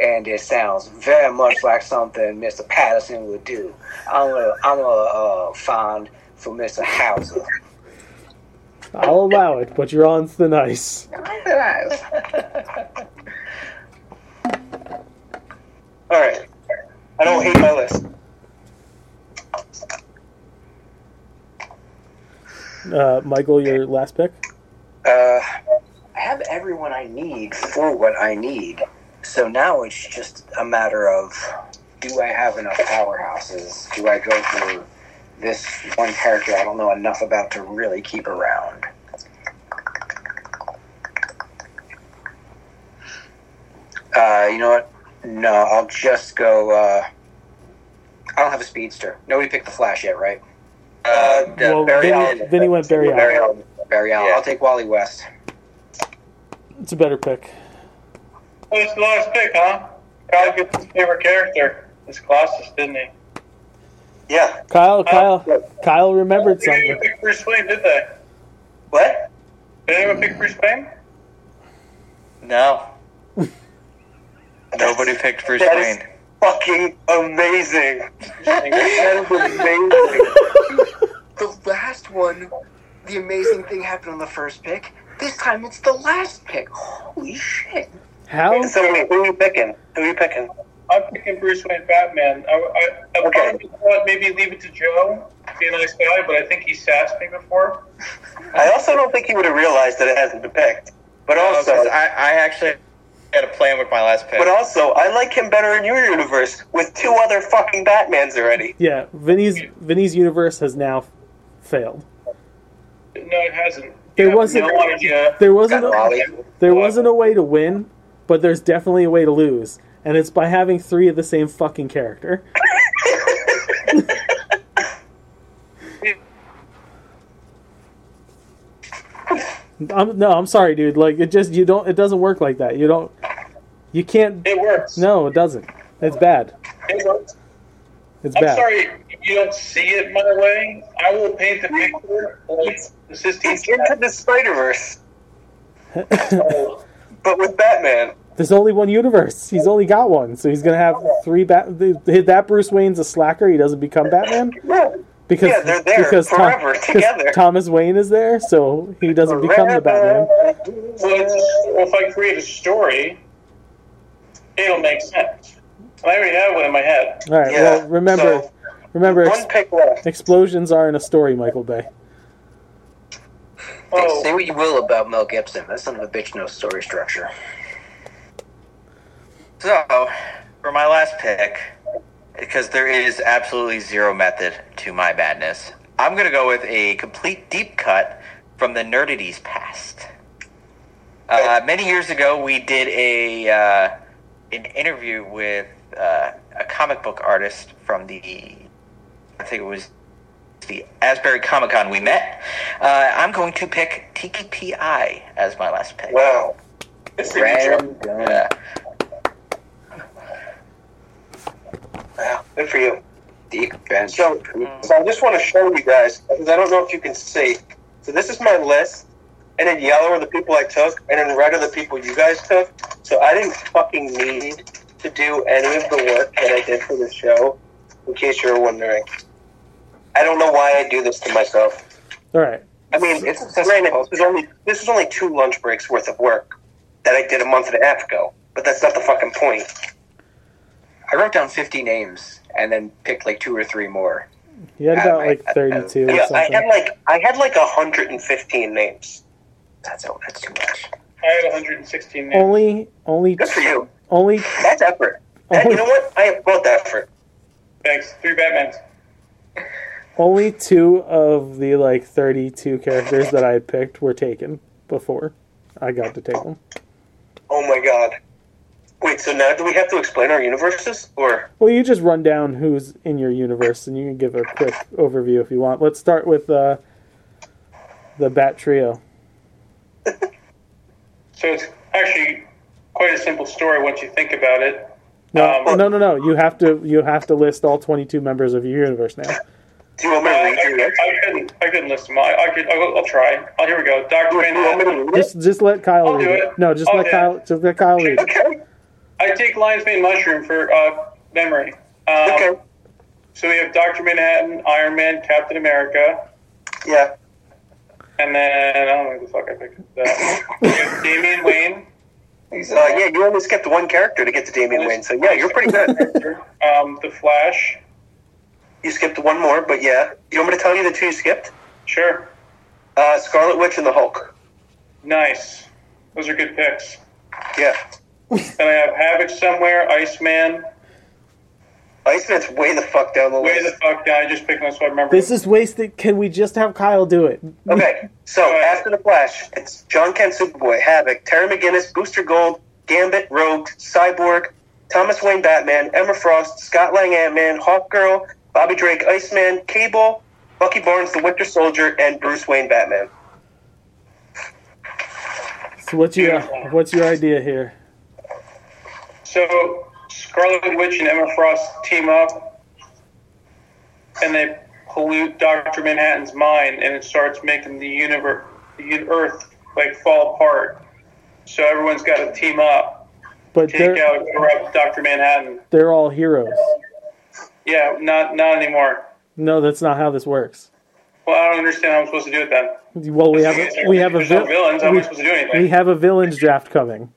Speaker 7: and it sounds very much like something Mr. Patterson would do. I'm gonna, I'm gonna uh, find for Mr. House.
Speaker 9: I'll allow it, but you're on thin ice.
Speaker 10: All right, I don't hate my list.
Speaker 9: Uh, Michael, your last pick.
Speaker 7: Uh, I have everyone I need for what I need. So now it's just a matter of do I have enough powerhouses? Do I go for this one character I don't know enough about to really keep around? Uh, you know what? No, I'll just go. Uh, I don't have a speedster. Nobody picked the Flash yet, right?
Speaker 10: Uh,
Speaker 9: Well,
Speaker 7: Barry
Speaker 9: Vinny,
Speaker 7: Allen.
Speaker 9: Vinny went Barry
Speaker 10: Barry
Speaker 9: Allen.
Speaker 10: Allen.
Speaker 7: Barry Allen.
Speaker 10: Yeah.
Speaker 7: I'll take Wally West.
Speaker 9: It's a better pick.
Speaker 15: Oh, it's the last pick, huh? Kyle gets his favorite character. It's Colossus, didn't he?
Speaker 10: Yeah.
Speaker 9: Kyle, Kyle, Kyle remembered
Speaker 15: They didn't
Speaker 9: something.
Speaker 15: even pick Bruce Wayne, did they?
Speaker 10: What?
Speaker 15: Did anyone pick Bruce Wayne?
Speaker 8: No. Nobody picked Bruce
Speaker 10: That is
Speaker 8: Wayne.
Speaker 10: fucking amazing. that is amazing.
Speaker 7: the last one, the amazing thing happened on the first pick. This time it's the last pick. Holy shit.
Speaker 9: How?
Speaker 10: So wait, who are you picking? Who are you picking?
Speaker 15: I'm picking Bruce Wayne Batman. I, I, I
Speaker 10: Okay.
Speaker 15: probably thought maybe leave it to Joe, be a nice guy, but I think he sassed me before.
Speaker 10: I also don't think he would have realized that it hasn't been picked. But
Speaker 8: No,
Speaker 10: also,
Speaker 8: 'cause I, I actually had a plan with my last pick.
Speaker 10: but also, I like him better in your universe with two other fucking Batmans already.
Speaker 9: Yeah, Vinny's Vinny's universe has now failed.
Speaker 15: No, it hasn't.
Speaker 9: There wasn't-
Speaker 15: No idea.
Speaker 9: There wasn't
Speaker 7: Got Wally.
Speaker 9: a, there wasn't a way to win, but there's definitely a way to lose, and it's by having three of the same fucking character. I'm, no, I'm sorry, dude. Like it just you don't it doesn't work like that. You don't you can't.
Speaker 15: It works.
Speaker 9: No, it doesn't. It's bad.
Speaker 15: It works.
Speaker 9: It's
Speaker 15: I'm
Speaker 9: bad.
Speaker 15: sorry you don't see it my way. I will paint the picture of the Sistine
Speaker 10: He's into
Speaker 15: Chapel.
Speaker 10: the Spider Verse, but with Batman.
Speaker 9: There's only one universe. He's only got one, so he's gonna have three. Bat. th- th- That Bruce Wayne's a slacker. He doesn't become Batman
Speaker 10: Yeah.
Speaker 9: because
Speaker 10: Yeah, they're there
Speaker 9: because Tom-
Speaker 10: forever,
Speaker 9: because
Speaker 10: together.
Speaker 9: Thomas Wayne is there, so he doesn't become the Batman.
Speaker 15: So it's- well, if I create a story, it'll make sense. I already have one in my head.
Speaker 9: All right.
Speaker 10: Yeah,
Speaker 9: Well, remember,
Speaker 10: so-
Speaker 9: remember, ex-
Speaker 10: One pick left.
Speaker 9: explosions aren't a story, Michael Bay.
Speaker 15: Oh,
Speaker 7: Say what you will about Mel Gibson. That son of a bitch knows story structure.
Speaker 8: So, for my last pick, because there is absolutely zero method to my madness, I'm going to go with a complete deep cut from the Nerdity's past. Uh, many years ago, we did a uh, an interview with uh, a comic book artist from the, I think it was the Asbury Comic Con we met. Uh, I'm going to pick TKPI as my last pick.
Speaker 10: Wow.
Speaker 15: it's
Speaker 7: Random gun.
Speaker 8: Yeah.
Speaker 10: Wow. Good for you.
Speaker 7: Deep bench.
Speaker 10: So, so I just want to show you guys because I don't know if you can see. So this is my list, and in yellow are the people I took, and in red are the people you guys took. So I didn't fucking need to do any of the work that I did for the show. In case you were wondering, I don't know why I do this to myself.
Speaker 9: All right.
Speaker 10: I mean, it's granted, this is only this is only two lunch breaks worth of work that I did a month and a half ago, but that's not the fucking point.
Speaker 7: I wrote down 50 names and then picked like two or three more.
Speaker 9: He had about
Speaker 7: I-
Speaker 9: like
Speaker 7: I-
Speaker 9: 32 or
Speaker 10: Yeah, I had
Speaker 9: something.
Speaker 10: like I had like hundred and fifteen names.
Speaker 7: That's, oh, that's too much.
Speaker 15: I had 116 names.
Speaker 9: Only, only,
Speaker 10: Good for you.
Speaker 9: only.
Speaker 10: That's effort. That, you know what? I applaud that effort.
Speaker 15: Thanks. Three Batmans.
Speaker 9: Only two of the like 32 characters that I had picked were taken before I got to take them.
Speaker 10: Oh my god.
Speaker 7: Wait, so now do we have to explain our universes, or
Speaker 9: Well, you just run down who's in your universe, and you can give a quick overview if you want. Let's start with uh, the Bat Trio.
Speaker 10: So it's actually quite a simple story once you think about it. Um,
Speaker 9: No, no, no, no. You have to you have to list all twenty two members of your universe now.
Speaker 7: Do you want me to read
Speaker 10: you I couldn't. I couldn't list them. I, I could. I'll, I'll try. Oh, here we go. Doctor Manhattan.
Speaker 9: Just just let Kyle
Speaker 10: I'll
Speaker 9: read
Speaker 10: do
Speaker 9: it.
Speaker 10: it.
Speaker 9: No, just
Speaker 10: I'll
Speaker 9: let
Speaker 10: do
Speaker 9: Kyle just let Kyle read it.
Speaker 10: Okay. I take lion's mane mushroom for uh, memory. Um, okay. So we have Doctor Manhattan, Iron Man, Captain America,
Speaker 7: yeah?
Speaker 10: and then I don't know who the fuck I picked. Uh, we have Damian Wayne.
Speaker 7: He's, uh, yeah, you only skipped one character to get to Damian Wayne, so yeah, you're pretty good.
Speaker 10: um, the Flash.
Speaker 7: You skipped one more, but yeah. You want me to tell you the two you skipped?
Speaker 10: Sure.
Speaker 7: Uh, Scarlet Witch and the Hulk.
Speaker 10: Nice. Those are good picks.
Speaker 7: Yeah.
Speaker 10: Then I have Havoc somewhere, Iceman.
Speaker 7: Iceman's way the fuck down the
Speaker 10: Way the fuck down. I just picked one, so I remember.
Speaker 9: This is wasted. Can we just have Kyle do it?
Speaker 7: Okay, so after the Flash, it's John Kent, Superboy, Havoc, Terry McGinnis, Booster Gold, Gambit, Rogue, Cyborg, Thomas Wayne, Batman, Emma Frost, Scott Lang, Ant Man, Hawkgirl, Bobby Drake, Iceman, Cable, Bucky Barnes, the Winter Soldier, and Bruce Wayne, Batman.
Speaker 9: So what's your what's your idea here?
Speaker 10: So Scarlet Witch and Emma Frost team up, and they pollute Doctor Manhattan's mind, and it starts making the universe, the un- Earth, like fall apart. So everyone's got to team up,
Speaker 9: But
Speaker 10: take
Speaker 9: they're
Speaker 10: out corrupt Doctor Manhattan.
Speaker 9: they're all heroes.
Speaker 10: Yeah, not not anymore.
Speaker 9: No, that's not how this works.
Speaker 10: Well, I don't understand how I'm supposed to do it then.
Speaker 9: Well, we have a, we have a
Speaker 10: There's no
Speaker 9: vil-
Speaker 10: villains. How am I
Speaker 9: we,
Speaker 10: supposed to do anything?
Speaker 9: we have a villains draft coming.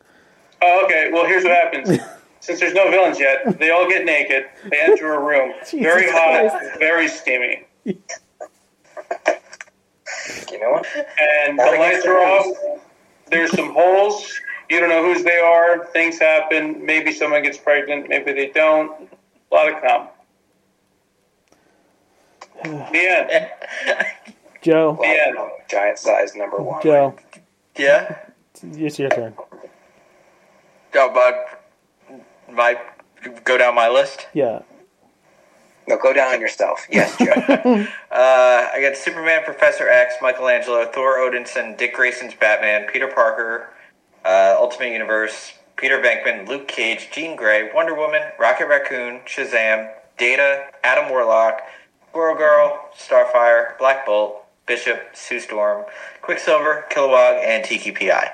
Speaker 10: Oh, okay. Well, here's what happens. Since there's no villains yet, they all get naked. They enter a room, very
Speaker 9: Jesus
Speaker 10: hot,
Speaker 9: Christ.
Speaker 10: very steamy,
Speaker 8: You know what?
Speaker 10: and the lights are off. There's some holes. You don't know whose they are. Things happen. Maybe someone gets pregnant. Maybe they don't. A lot of cum. The end.
Speaker 9: Joe,
Speaker 10: The end.
Speaker 8: Giant size number one.
Speaker 9: Joe,
Speaker 12: Yeah.
Speaker 9: it's your turn.
Speaker 12: Oh, but my go down my list.
Speaker 9: Yeah.
Speaker 8: No, go down on yourself. Yes, Joe.
Speaker 12: Uh, I got Superman, Professor X, Michelangelo, Thor Odinson, Dick Grayson's Batman, Peter Parker, uh, Ultimate Universe, Peter Venkman, Luke Cage, Jean Grey, Wonder Woman, Rocket Raccoon, Shazam, Data, Adam Warlock, Squirrel Girl, Starfire, Black Bolt, Bishop, Sue Storm, Quicksilver, Kilowog, and Tiki Pi.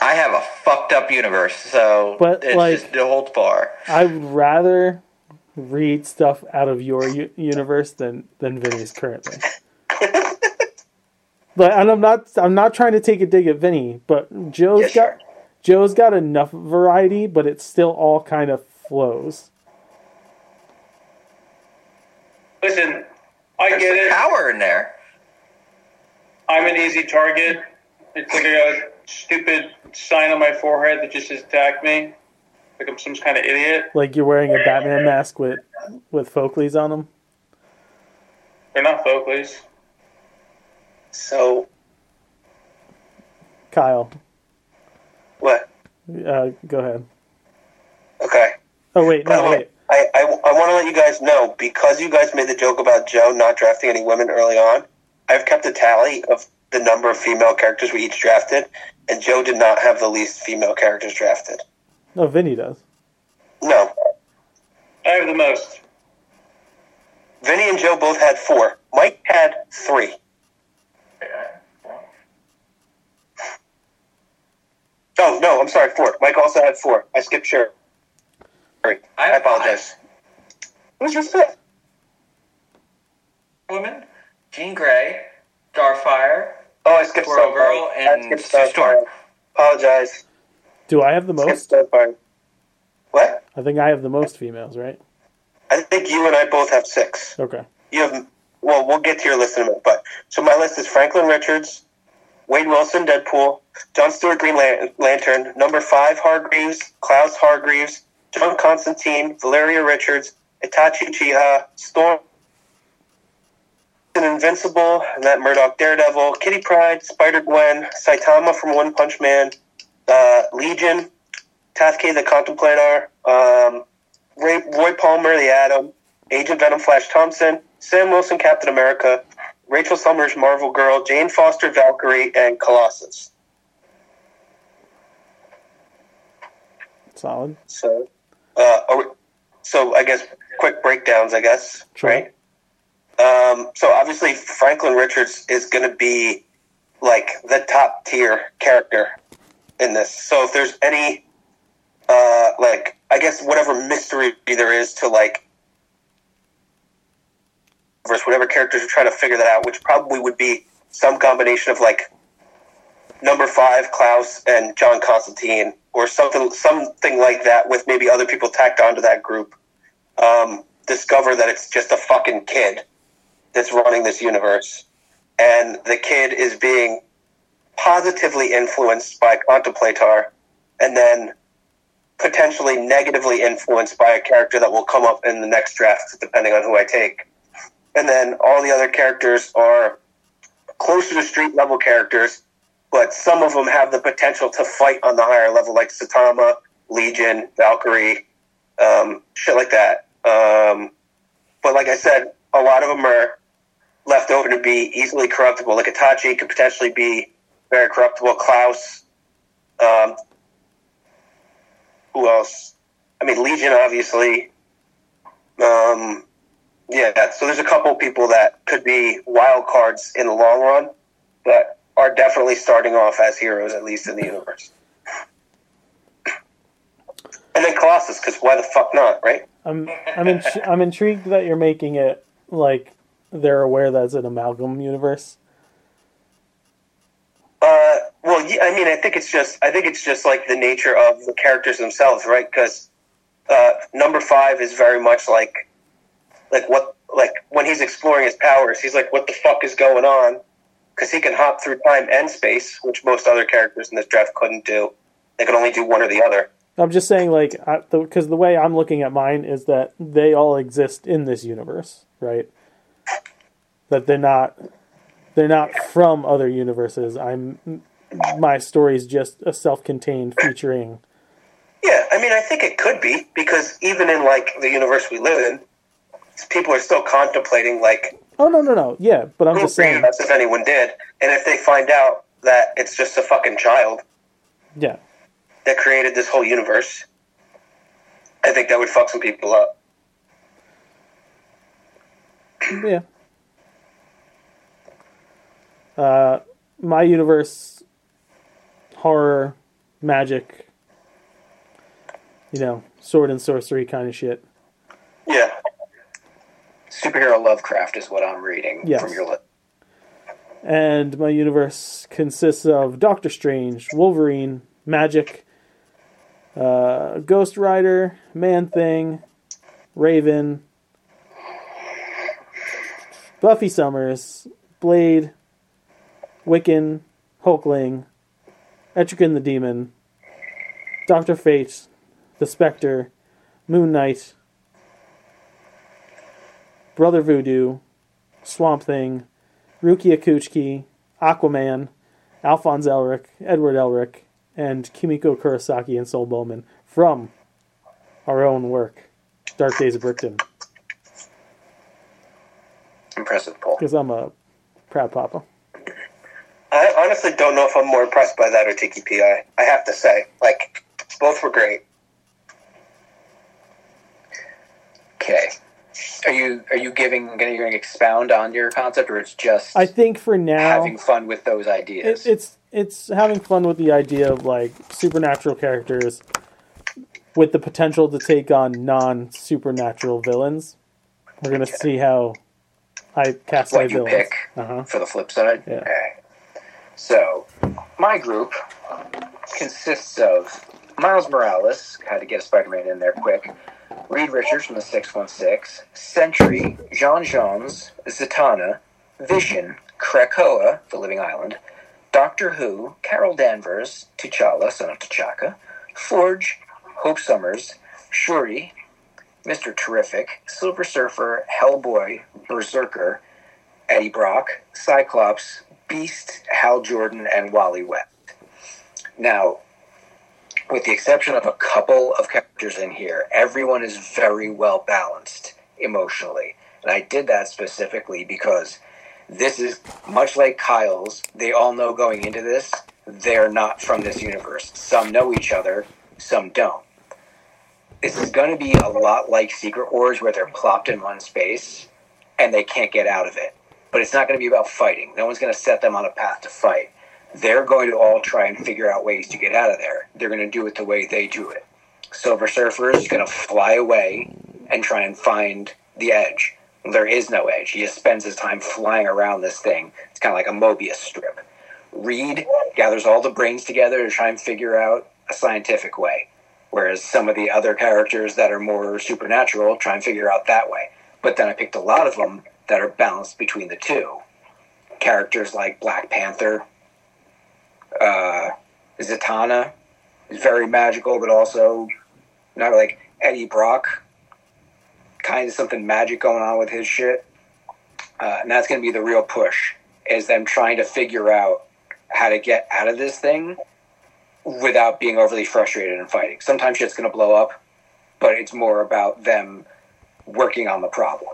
Speaker 12: I have a fucked up universe, so
Speaker 9: But,
Speaker 12: it's
Speaker 9: like-
Speaker 12: just the whole bar.
Speaker 9: I would rather read stuff out of your u- universe than than Vinny's currently. but and I'm not I'm not trying to take a dig at Vinny, but Joe's
Speaker 8: Yes,
Speaker 9: got Joe's got enough variety, but it still all kind of flows.
Speaker 10: Listen, I
Speaker 12: There's
Speaker 10: get it.
Speaker 12: power in there.
Speaker 10: I'm an easy target. It's like I got a stupid sign on my forehead that just says attack me. Like I'm some kind of idiot.
Speaker 9: Like you're wearing a Batman mask with with Folkleys on them.
Speaker 10: They're not Folkleys.
Speaker 7: So,
Speaker 9: Kyle,
Speaker 7: what?
Speaker 9: uh, go ahead.
Speaker 7: Okay.
Speaker 9: Oh wait,
Speaker 7: By the
Speaker 9: no
Speaker 7: way,
Speaker 9: wait.
Speaker 7: I, I, I want to let you guys know because you guys made the joke about Joe not drafting any women early on. I've kept a tally of the number of female characters we each drafted, and Joe did not have the least female characters drafted.
Speaker 9: No, Vinny does.
Speaker 7: No,
Speaker 10: I have the most.
Speaker 7: Vinny and Joe both had four. Mike had three. Oh no, I'm sorry, four. Mike also had four. I skipped Sherry. I,
Speaker 12: I have
Speaker 7: apologize. Who's your fifth?
Speaker 12: Woman, Jean Grey, Starfire,
Speaker 7: Oh, I skipped
Speaker 12: Squirrel
Speaker 7: Starfire.
Speaker 12: Girl,
Speaker 7: I
Speaker 12: and
Speaker 7: skipped
Speaker 12: Sue Storm.
Speaker 7: Starfire. Apologize.
Speaker 9: Do I have the
Speaker 7: Skipped
Speaker 9: most?
Speaker 7: Starfire. What?
Speaker 9: I think I have the most females, right?
Speaker 7: I think you and I both have six.
Speaker 9: Okay.
Speaker 7: You have. Well, we'll get to your list in a minute. But so my list is Franklin Richards, Wade Wilson, Deadpool, John Stewart, Green Lan- Lantern, number five Hargreaves, Klaus Hargreaves, John Constantine, Valeria Richards, Itachi Chiha, Storm, an Invincible, Matt Murdock, Daredevil, Kitty Pride, Spider Gwen, Saitama from One Punch Man, uh, Legion,
Speaker 10: Tatkey the Contemplator, um, Ray, Roy Palmer the Atom, Agent Venom Flash Thompson, Sam Wilson Captain America, Rachel Summers Marvel Girl, Jane Foster Valkyrie, and Colossus.
Speaker 9: Solid.
Speaker 10: So, uh, are we, so I guess quick breakdowns. I guess
Speaker 9: Sure.
Speaker 10: right. Um, so obviously Franklin Richards is going to be like the top tier character in this. So if there's any, uh, like I guess whatever mystery there is to like versus whatever characters are trying to figure that out, which probably would be some combination of like number five Klaus and John Constantine or something something like that with maybe other people tacked onto that group um, discover that it's just a fucking kid that's running this universe and the kid is being positively influenced by contemplator and then potentially negatively influenced by a character that will come up in the next draft depending on who i take and then all the other characters are closer to street level characters, but some of them have the potential to fight on the higher level, like Satama, Legion, Valkyrie, um, shit like that. Um, but like I said, a lot of them are left open to be easily corruptible. Like Itachi could potentially be very corruptible. Klaus, um, who else? I mean, Legion, obviously. Um, yeah, that- so there's a couple people that could be wild cards in the long run that are definitely starting off as heroes, at least in the universe. And then Colossus, because why the fuck not, right?
Speaker 9: I'm I'm in- I'm intrigued that you're making it like they're aware that's an amalgam universe.
Speaker 10: Uh, well, yeah, I mean, I think it's just, I think it's just like the nature of the characters themselves, right? Because uh, number five is very much like, like what, like when he's exploring his powers, he's like, what the fuck is going on? Because he can hop through time and space, which most other characters in this draft couldn't do. They could only do one or the other.
Speaker 9: I'm just saying, like, because the, 'cause the way I'm looking at mine is that they all exist in this universe, right? That they're not, they're not from other universes. I'm, my story's just a self-contained featuring.
Speaker 10: Yeah, I mean, I think it could be because even in like the universe we live in, people are still contemplating like
Speaker 9: Oh no, no, no, yeah, but I'm just saying,
Speaker 10: That's if anyone did, and if they find out that it's just a fucking child
Speaker 9: yeah,
Speaker 10: that created this whole universe, I think that would fuck some people up.
Speaker 9: yeah. Uh, my universe, horror, magic, you know, sword and sorcery kind of shit.
Speaker 10: Yeah,
Speaker 7: Superhero Lovecraft is what I'm reading
Speaker 9: Yes.
Speaker 7: from your list.
Speaker 9: and my universe consists of Doctor Strange, Wolverine, Magic, uh, Ghost Rider, Man Thing, Raven, Buffy Summers, Blade, Wiccan, Hulkling, Etrigan the Demon, Doctor Fate, The Spectre, Moon Knight, Brother Voodoo, Swamp Thing, Rukia Kuchiki, Aquaman, Alphonse Elric, Edward Elric, and Kimiko Kurosaki and Sol Bowman from our own work, Dark Days of Brickton,
Speaker 7: Impressive poll.
Speaker 9: because I'm a proud papa.
Speaker 10: I honestly don't know if I'm more impressed by that or Tiki Pi. I have to say, like, both were great.
Speaker 7: Okay. Are you are you giving going to expound on your concept, or it's just
Speaker 9: I think for now,
Speaker 7: having fun with those
Speaker 9: it,
Speaker 7: ideas?
Speaker 9: it's it's having fun with the idea of like supernatural characters with the potential to take on non-supernatural villains. We're gonna see how I cast my
Speaker 7: what you
Speaker 9: villains.
Speaker 7: pick
Speaker 9: Uh-huh.
Speaker 7: for the flip side.
Speaker 9: Yeah.
Speaker 7: Okay. So, my group consists of Miles Morales, had to get a Spider Man in there quick, Reed Richards from the 616, Sentry, Jean Jones, Zatanna, Vision, Krakoa, the Living Island, Doctor Who, Carol Danvers, T'Challa, son of T'Chaka, Forge, Hope Summers, Shuri, Mr. Terrific, Silver Surfer, Hellboy, Berserker, Eddie Brock, Cyclops, Beast, Hal Jordan, and Wally West. Now, with the exception of a couple of characters in here, everyone is very well balanced emotionally. And I did that specifically because this is much like Kyle's, they all know going into this, they're not from this universe. Some know each other, some don't. This is going to be a lot like Secret Wars, where they're plopped in one space and they can't get out of it. But it's not going to be about fighting. No one's going to set them on a path to fight they're going to all try and figure out ways to get out of there. They're going to do it the way they do it. Silver Surfer is going to fly away and try and find the edge. There is no edge. He just spends his time flying around this thing. It's kind of like a Mobius strip. Reed gathers all the brains together to try and figure out a scientific way, whereas some of the other characters that are more supernatural try and figure out that way. But then I picked a lot of them that are balanced between the two. Characters like Black Panther, uh, Zatanna is very magical, but also not like Eddie Brock. Kind of something magic going on with his shit, uh, and that's going to be the real push is them trying to figure out how to get out of this thing without being overly frustrated and fighting. Sometimes shit's going to blow up, but it's more about them working on the problem.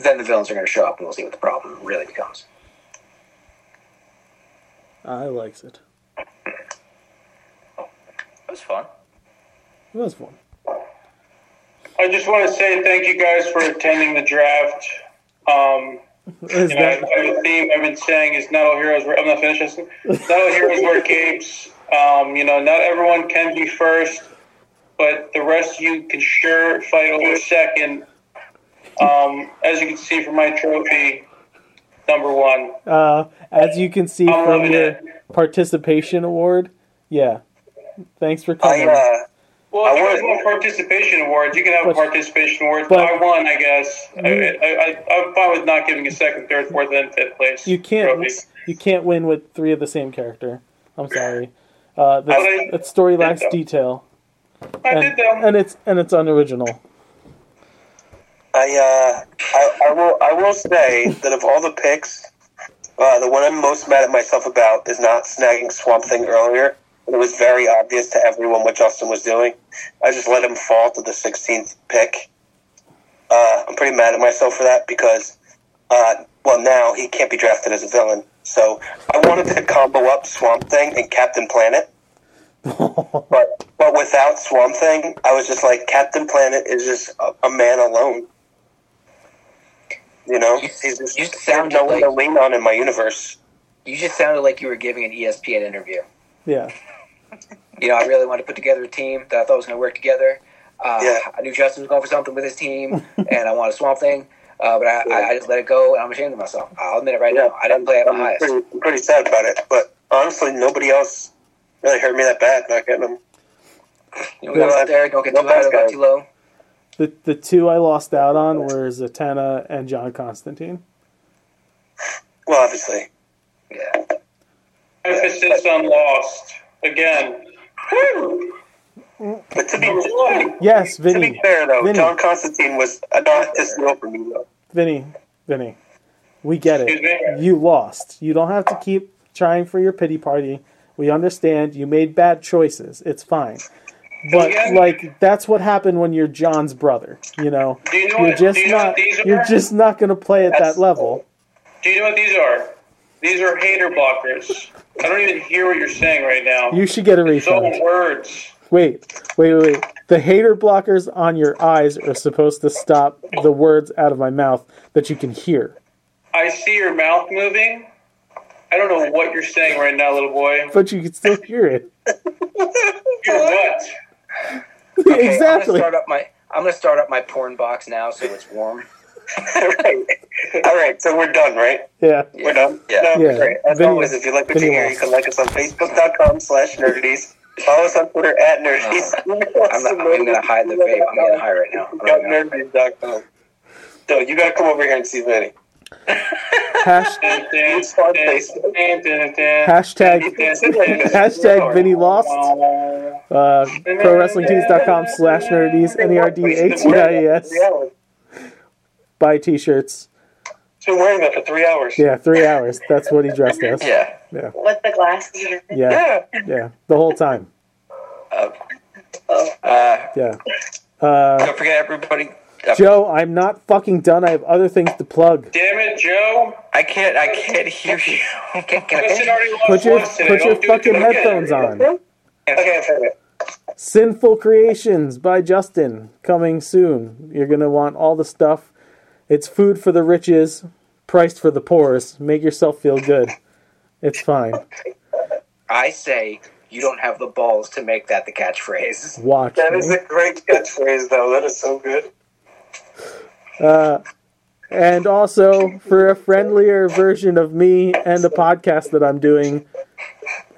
Speaker 7: Then the villains are going to show up, and we'll see what the problem really becomes.
Speaker 9: I likes it.
Speaker 8: That was fun.
Speaker 9: It was fun.
Speaker 16: I just want to say thank you guys for attending the draft. Um, you know,
Speaker 9: that-
Speaker 16: I have a theme I've been saying is not all heroes. Wear, I'm not finished. Justin. Not all heroes wear capes. Um, you know, not everyone can be first, but the rest of you can sure fight over second. Um, as you can see from my trophy, number one.
Speaker 9: Uh, as you can see
Speaker 16: I'm
Speaker 9: from
Speaker 16: loving
Speaker 9: your participation award, yeah. Thanks for
Speaker 7: I
Speaker 9: coming.
Speaker 7: uh,
Speaker 16: Well, if you guys want participation awards, you can have a participation awards. But, I won, I guess. I, I, I, I'm fine with not giving a second, third, fourth, and fifth place.
Speaker 9: you can't
Speaker 16: trophy.
Speaker 9: you can't win with three of the same character. I'm sorry. Uh,
Speaker 16: I-
Speaker 9: that, that story lacks
Speaker 16: I did, though.
Speaker 9: detail,
Speaker 16: I did
Speaker 9: and,
Speaker 16: though.
Speaker 9: and it's and it's unoriginal.
Speaker 10: I, uh, I, I will I will say that of all the picks, uh, the one I'm most mad at myself about is not snagging Swamp Thing earlier. It was very obvious to everyone what Justin was doing. I just let him fall to the 16th pick. Uh, I'm pretty mad at myself for that because, uh, well, now he can't be drafted as a villain. So I wanted to combo up Swamp Thing and Captain Planet. but but without Swamp Thing, I was just like Captain Planet is just a, a man alone. You know, he's just
Speaker 7: you
Speaker 10: there's
Speaker 7: sounded
Speaker 10: no one to
Speaker 7: like-
Speaker 10: lean on in my universe.
Speaker 7: you just sounded like you were giving an E ESPN interview.
Speaker 9: Yeah.
Speaker 7: you know, I really wanted to put together a team that I thought was going to work together. Uh,
Speaker 10: Yeah.
Speaker 7: I knew Justin was going for something with his team, and I wanted Swamp Thing, uh, but I, I, I just let it go, and I'm ashamed of myself. I'll admit it right now. I didn't play at my
Speaker 10: I'm
Speaker 7: highest.
Speaker 10: pretty, I'm pretty sad about it, but honestly, nobody else really hurt me that bad not getting him.
Speaker 7: You know, we got out there, don't get too high, don't get too low.
Speaker 9: The the two I lost out on were Zatanna and John Constantine.
Speaker 10: Well, obviously,
Speaker 7: Yeah.
Speaker 16: Emphasis on lost. Again. Woo!
Speaker 10: but to be to
Speaker 9: Yes,
Speaker 10: be
Speaker 9: Vinny,
Speaker 10: fair though,
Speaker 9: Vinny.
Speaker 10: John Constantine was uh, not to steal from me though.
Speaker 9: Vinny, Vinny. We get
Speaker 16: Excuse
Speaker 9: it. You lost. You don't have to keep trying for your pity party. We understand. You made bad choices. It's fine. But
Speaker 16: Yeah.
Speaker 9: like that's what happened when you're John's brother. You know,
Speaker 16: Do you know
Speaker 9: you're
Speaker 16: what-
Speaker 9: just
Speaker 16: do you know what
Speaker 9: not.
Speaker 16: these are?
Speaker 9: You're just not going to play at that level.
Speaker 16: Do you know what these are? These are hater blockers. I don't even hear what you're saying right now.
Speaker 9: You should get a
Speaker 16: it's all
Speaker 9: refund.
Speaker 16: words.
Speaker 9: Wait, wait, wait, wait. The hater blockers on your eyes are supposed to stop the words out of my mouth that you can hear.
Speaker 16: I see your mouth moving. I don't know what you're saying right now, little boy.
Speaker 9: But you can still hear it.
Speaker 16: Your what?
Speaker 7: Okay,
Speaker 9: exactly.
Speaker 7: I'm gonna start up my. I'm gonna start up my porn box now, so it's warm.
Speaker 10: right. All right, so we're done, right?
Speaker 9: Yeah.
Speaker 10: We're done.
Speaker 8: Yeah.
Speaker 10: No,
Speaker 9: Yeah.
Speaker 10: great. As
Speaker 9: Video-
Speaker 10: always, if you like what you
Speaker 9: video
Speaker 10: hear, you
Speaker 9: loss.
Speaker 10: can like us on Facebook.com slash nerdies. Follow us on Twitter at nerdies.
Speaker 7: Uh, I'm, not, I'm not even gonna hide the vape. I'm getting high right now. I'm not gonna-
Speaker 10: nerdies.com. So you gotta come over here and see Vinny.
Speaker 9: Hash-
Speaker 16: Dun, dun,
Speaker 10: It's on
Speaker 16: dun,
Speaker 10: Facebook.
Speaker 16: dun, dun, dun.
Speaker 9: hashtag hashtag Vinny lost. Uh, ProWrestlingTees.com slash nerdies E N-E-R-D-A-T-I-E-S. Buy t-shirts.
Speaker 10: He's been wearing that for three hours.
Speaker 9: Yeah, three hours. That's what he dressed as.
Speaker 8: Yeah.
Speaker 9: Yeah.
Speaker 17: with the glasses. and-
Speaker 9: Yeah. Yeah. The whole time.
Speaker 17: Oh.
Speaker 8: Uh,
Speaker 9: Yeah. Uh,
Speaker 8: don't forget, everybody. uh,
Speaker 9: Joe, I'm not fucking done. I have other things to plug.
Speaker 8: Damn it, Joe! I can't. I can't hear you. I can't get
Speaker 10: Listen, I already
Speaker 9: Put
Speaker 10: lost
Speaker 9: your
Speaker 10: once today.
Speaker 9: put your
Speaker 10: Don't do it
Speaker 9: fucking
Speaker 10: to me
Speaker 9: headphones
Speaker 10: again.
Speaker 9: on. Sinful Creations by Justin coming soon. You're gonna want all the stuff. It's food for the riches, priced for the poorest. Make yourself feel good. It's fine.
Speaker 7: I say you don't have the balls to make that the catchphrase.
Speaker 9: Watch.
Speaker 7: That
Speaker 9: me.
Speaker 7: is a great catchphrase, though. That is so good.
Speaker 9: Uh, and also for a friendlier version of me and the podcast that I'm doing,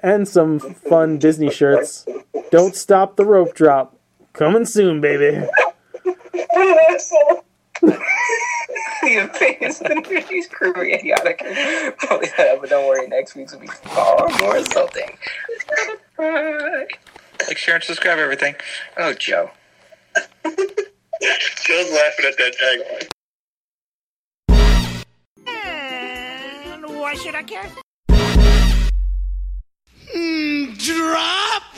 Speaker 9: and some fun Disney shirts. Don't stop the rope drop. Coming soon, baby.
Speaker 17: What an asshole.
Speaker 8: the opinions of the Nudie's crew are idiotic. but don't worry, next week's will be far more insulting. Like, share, and subscribe, everything. Oh, Joe.
Speaker 10: Joe's laughing at that tagline.
Speaker 18: And why should I care? Hmm, dry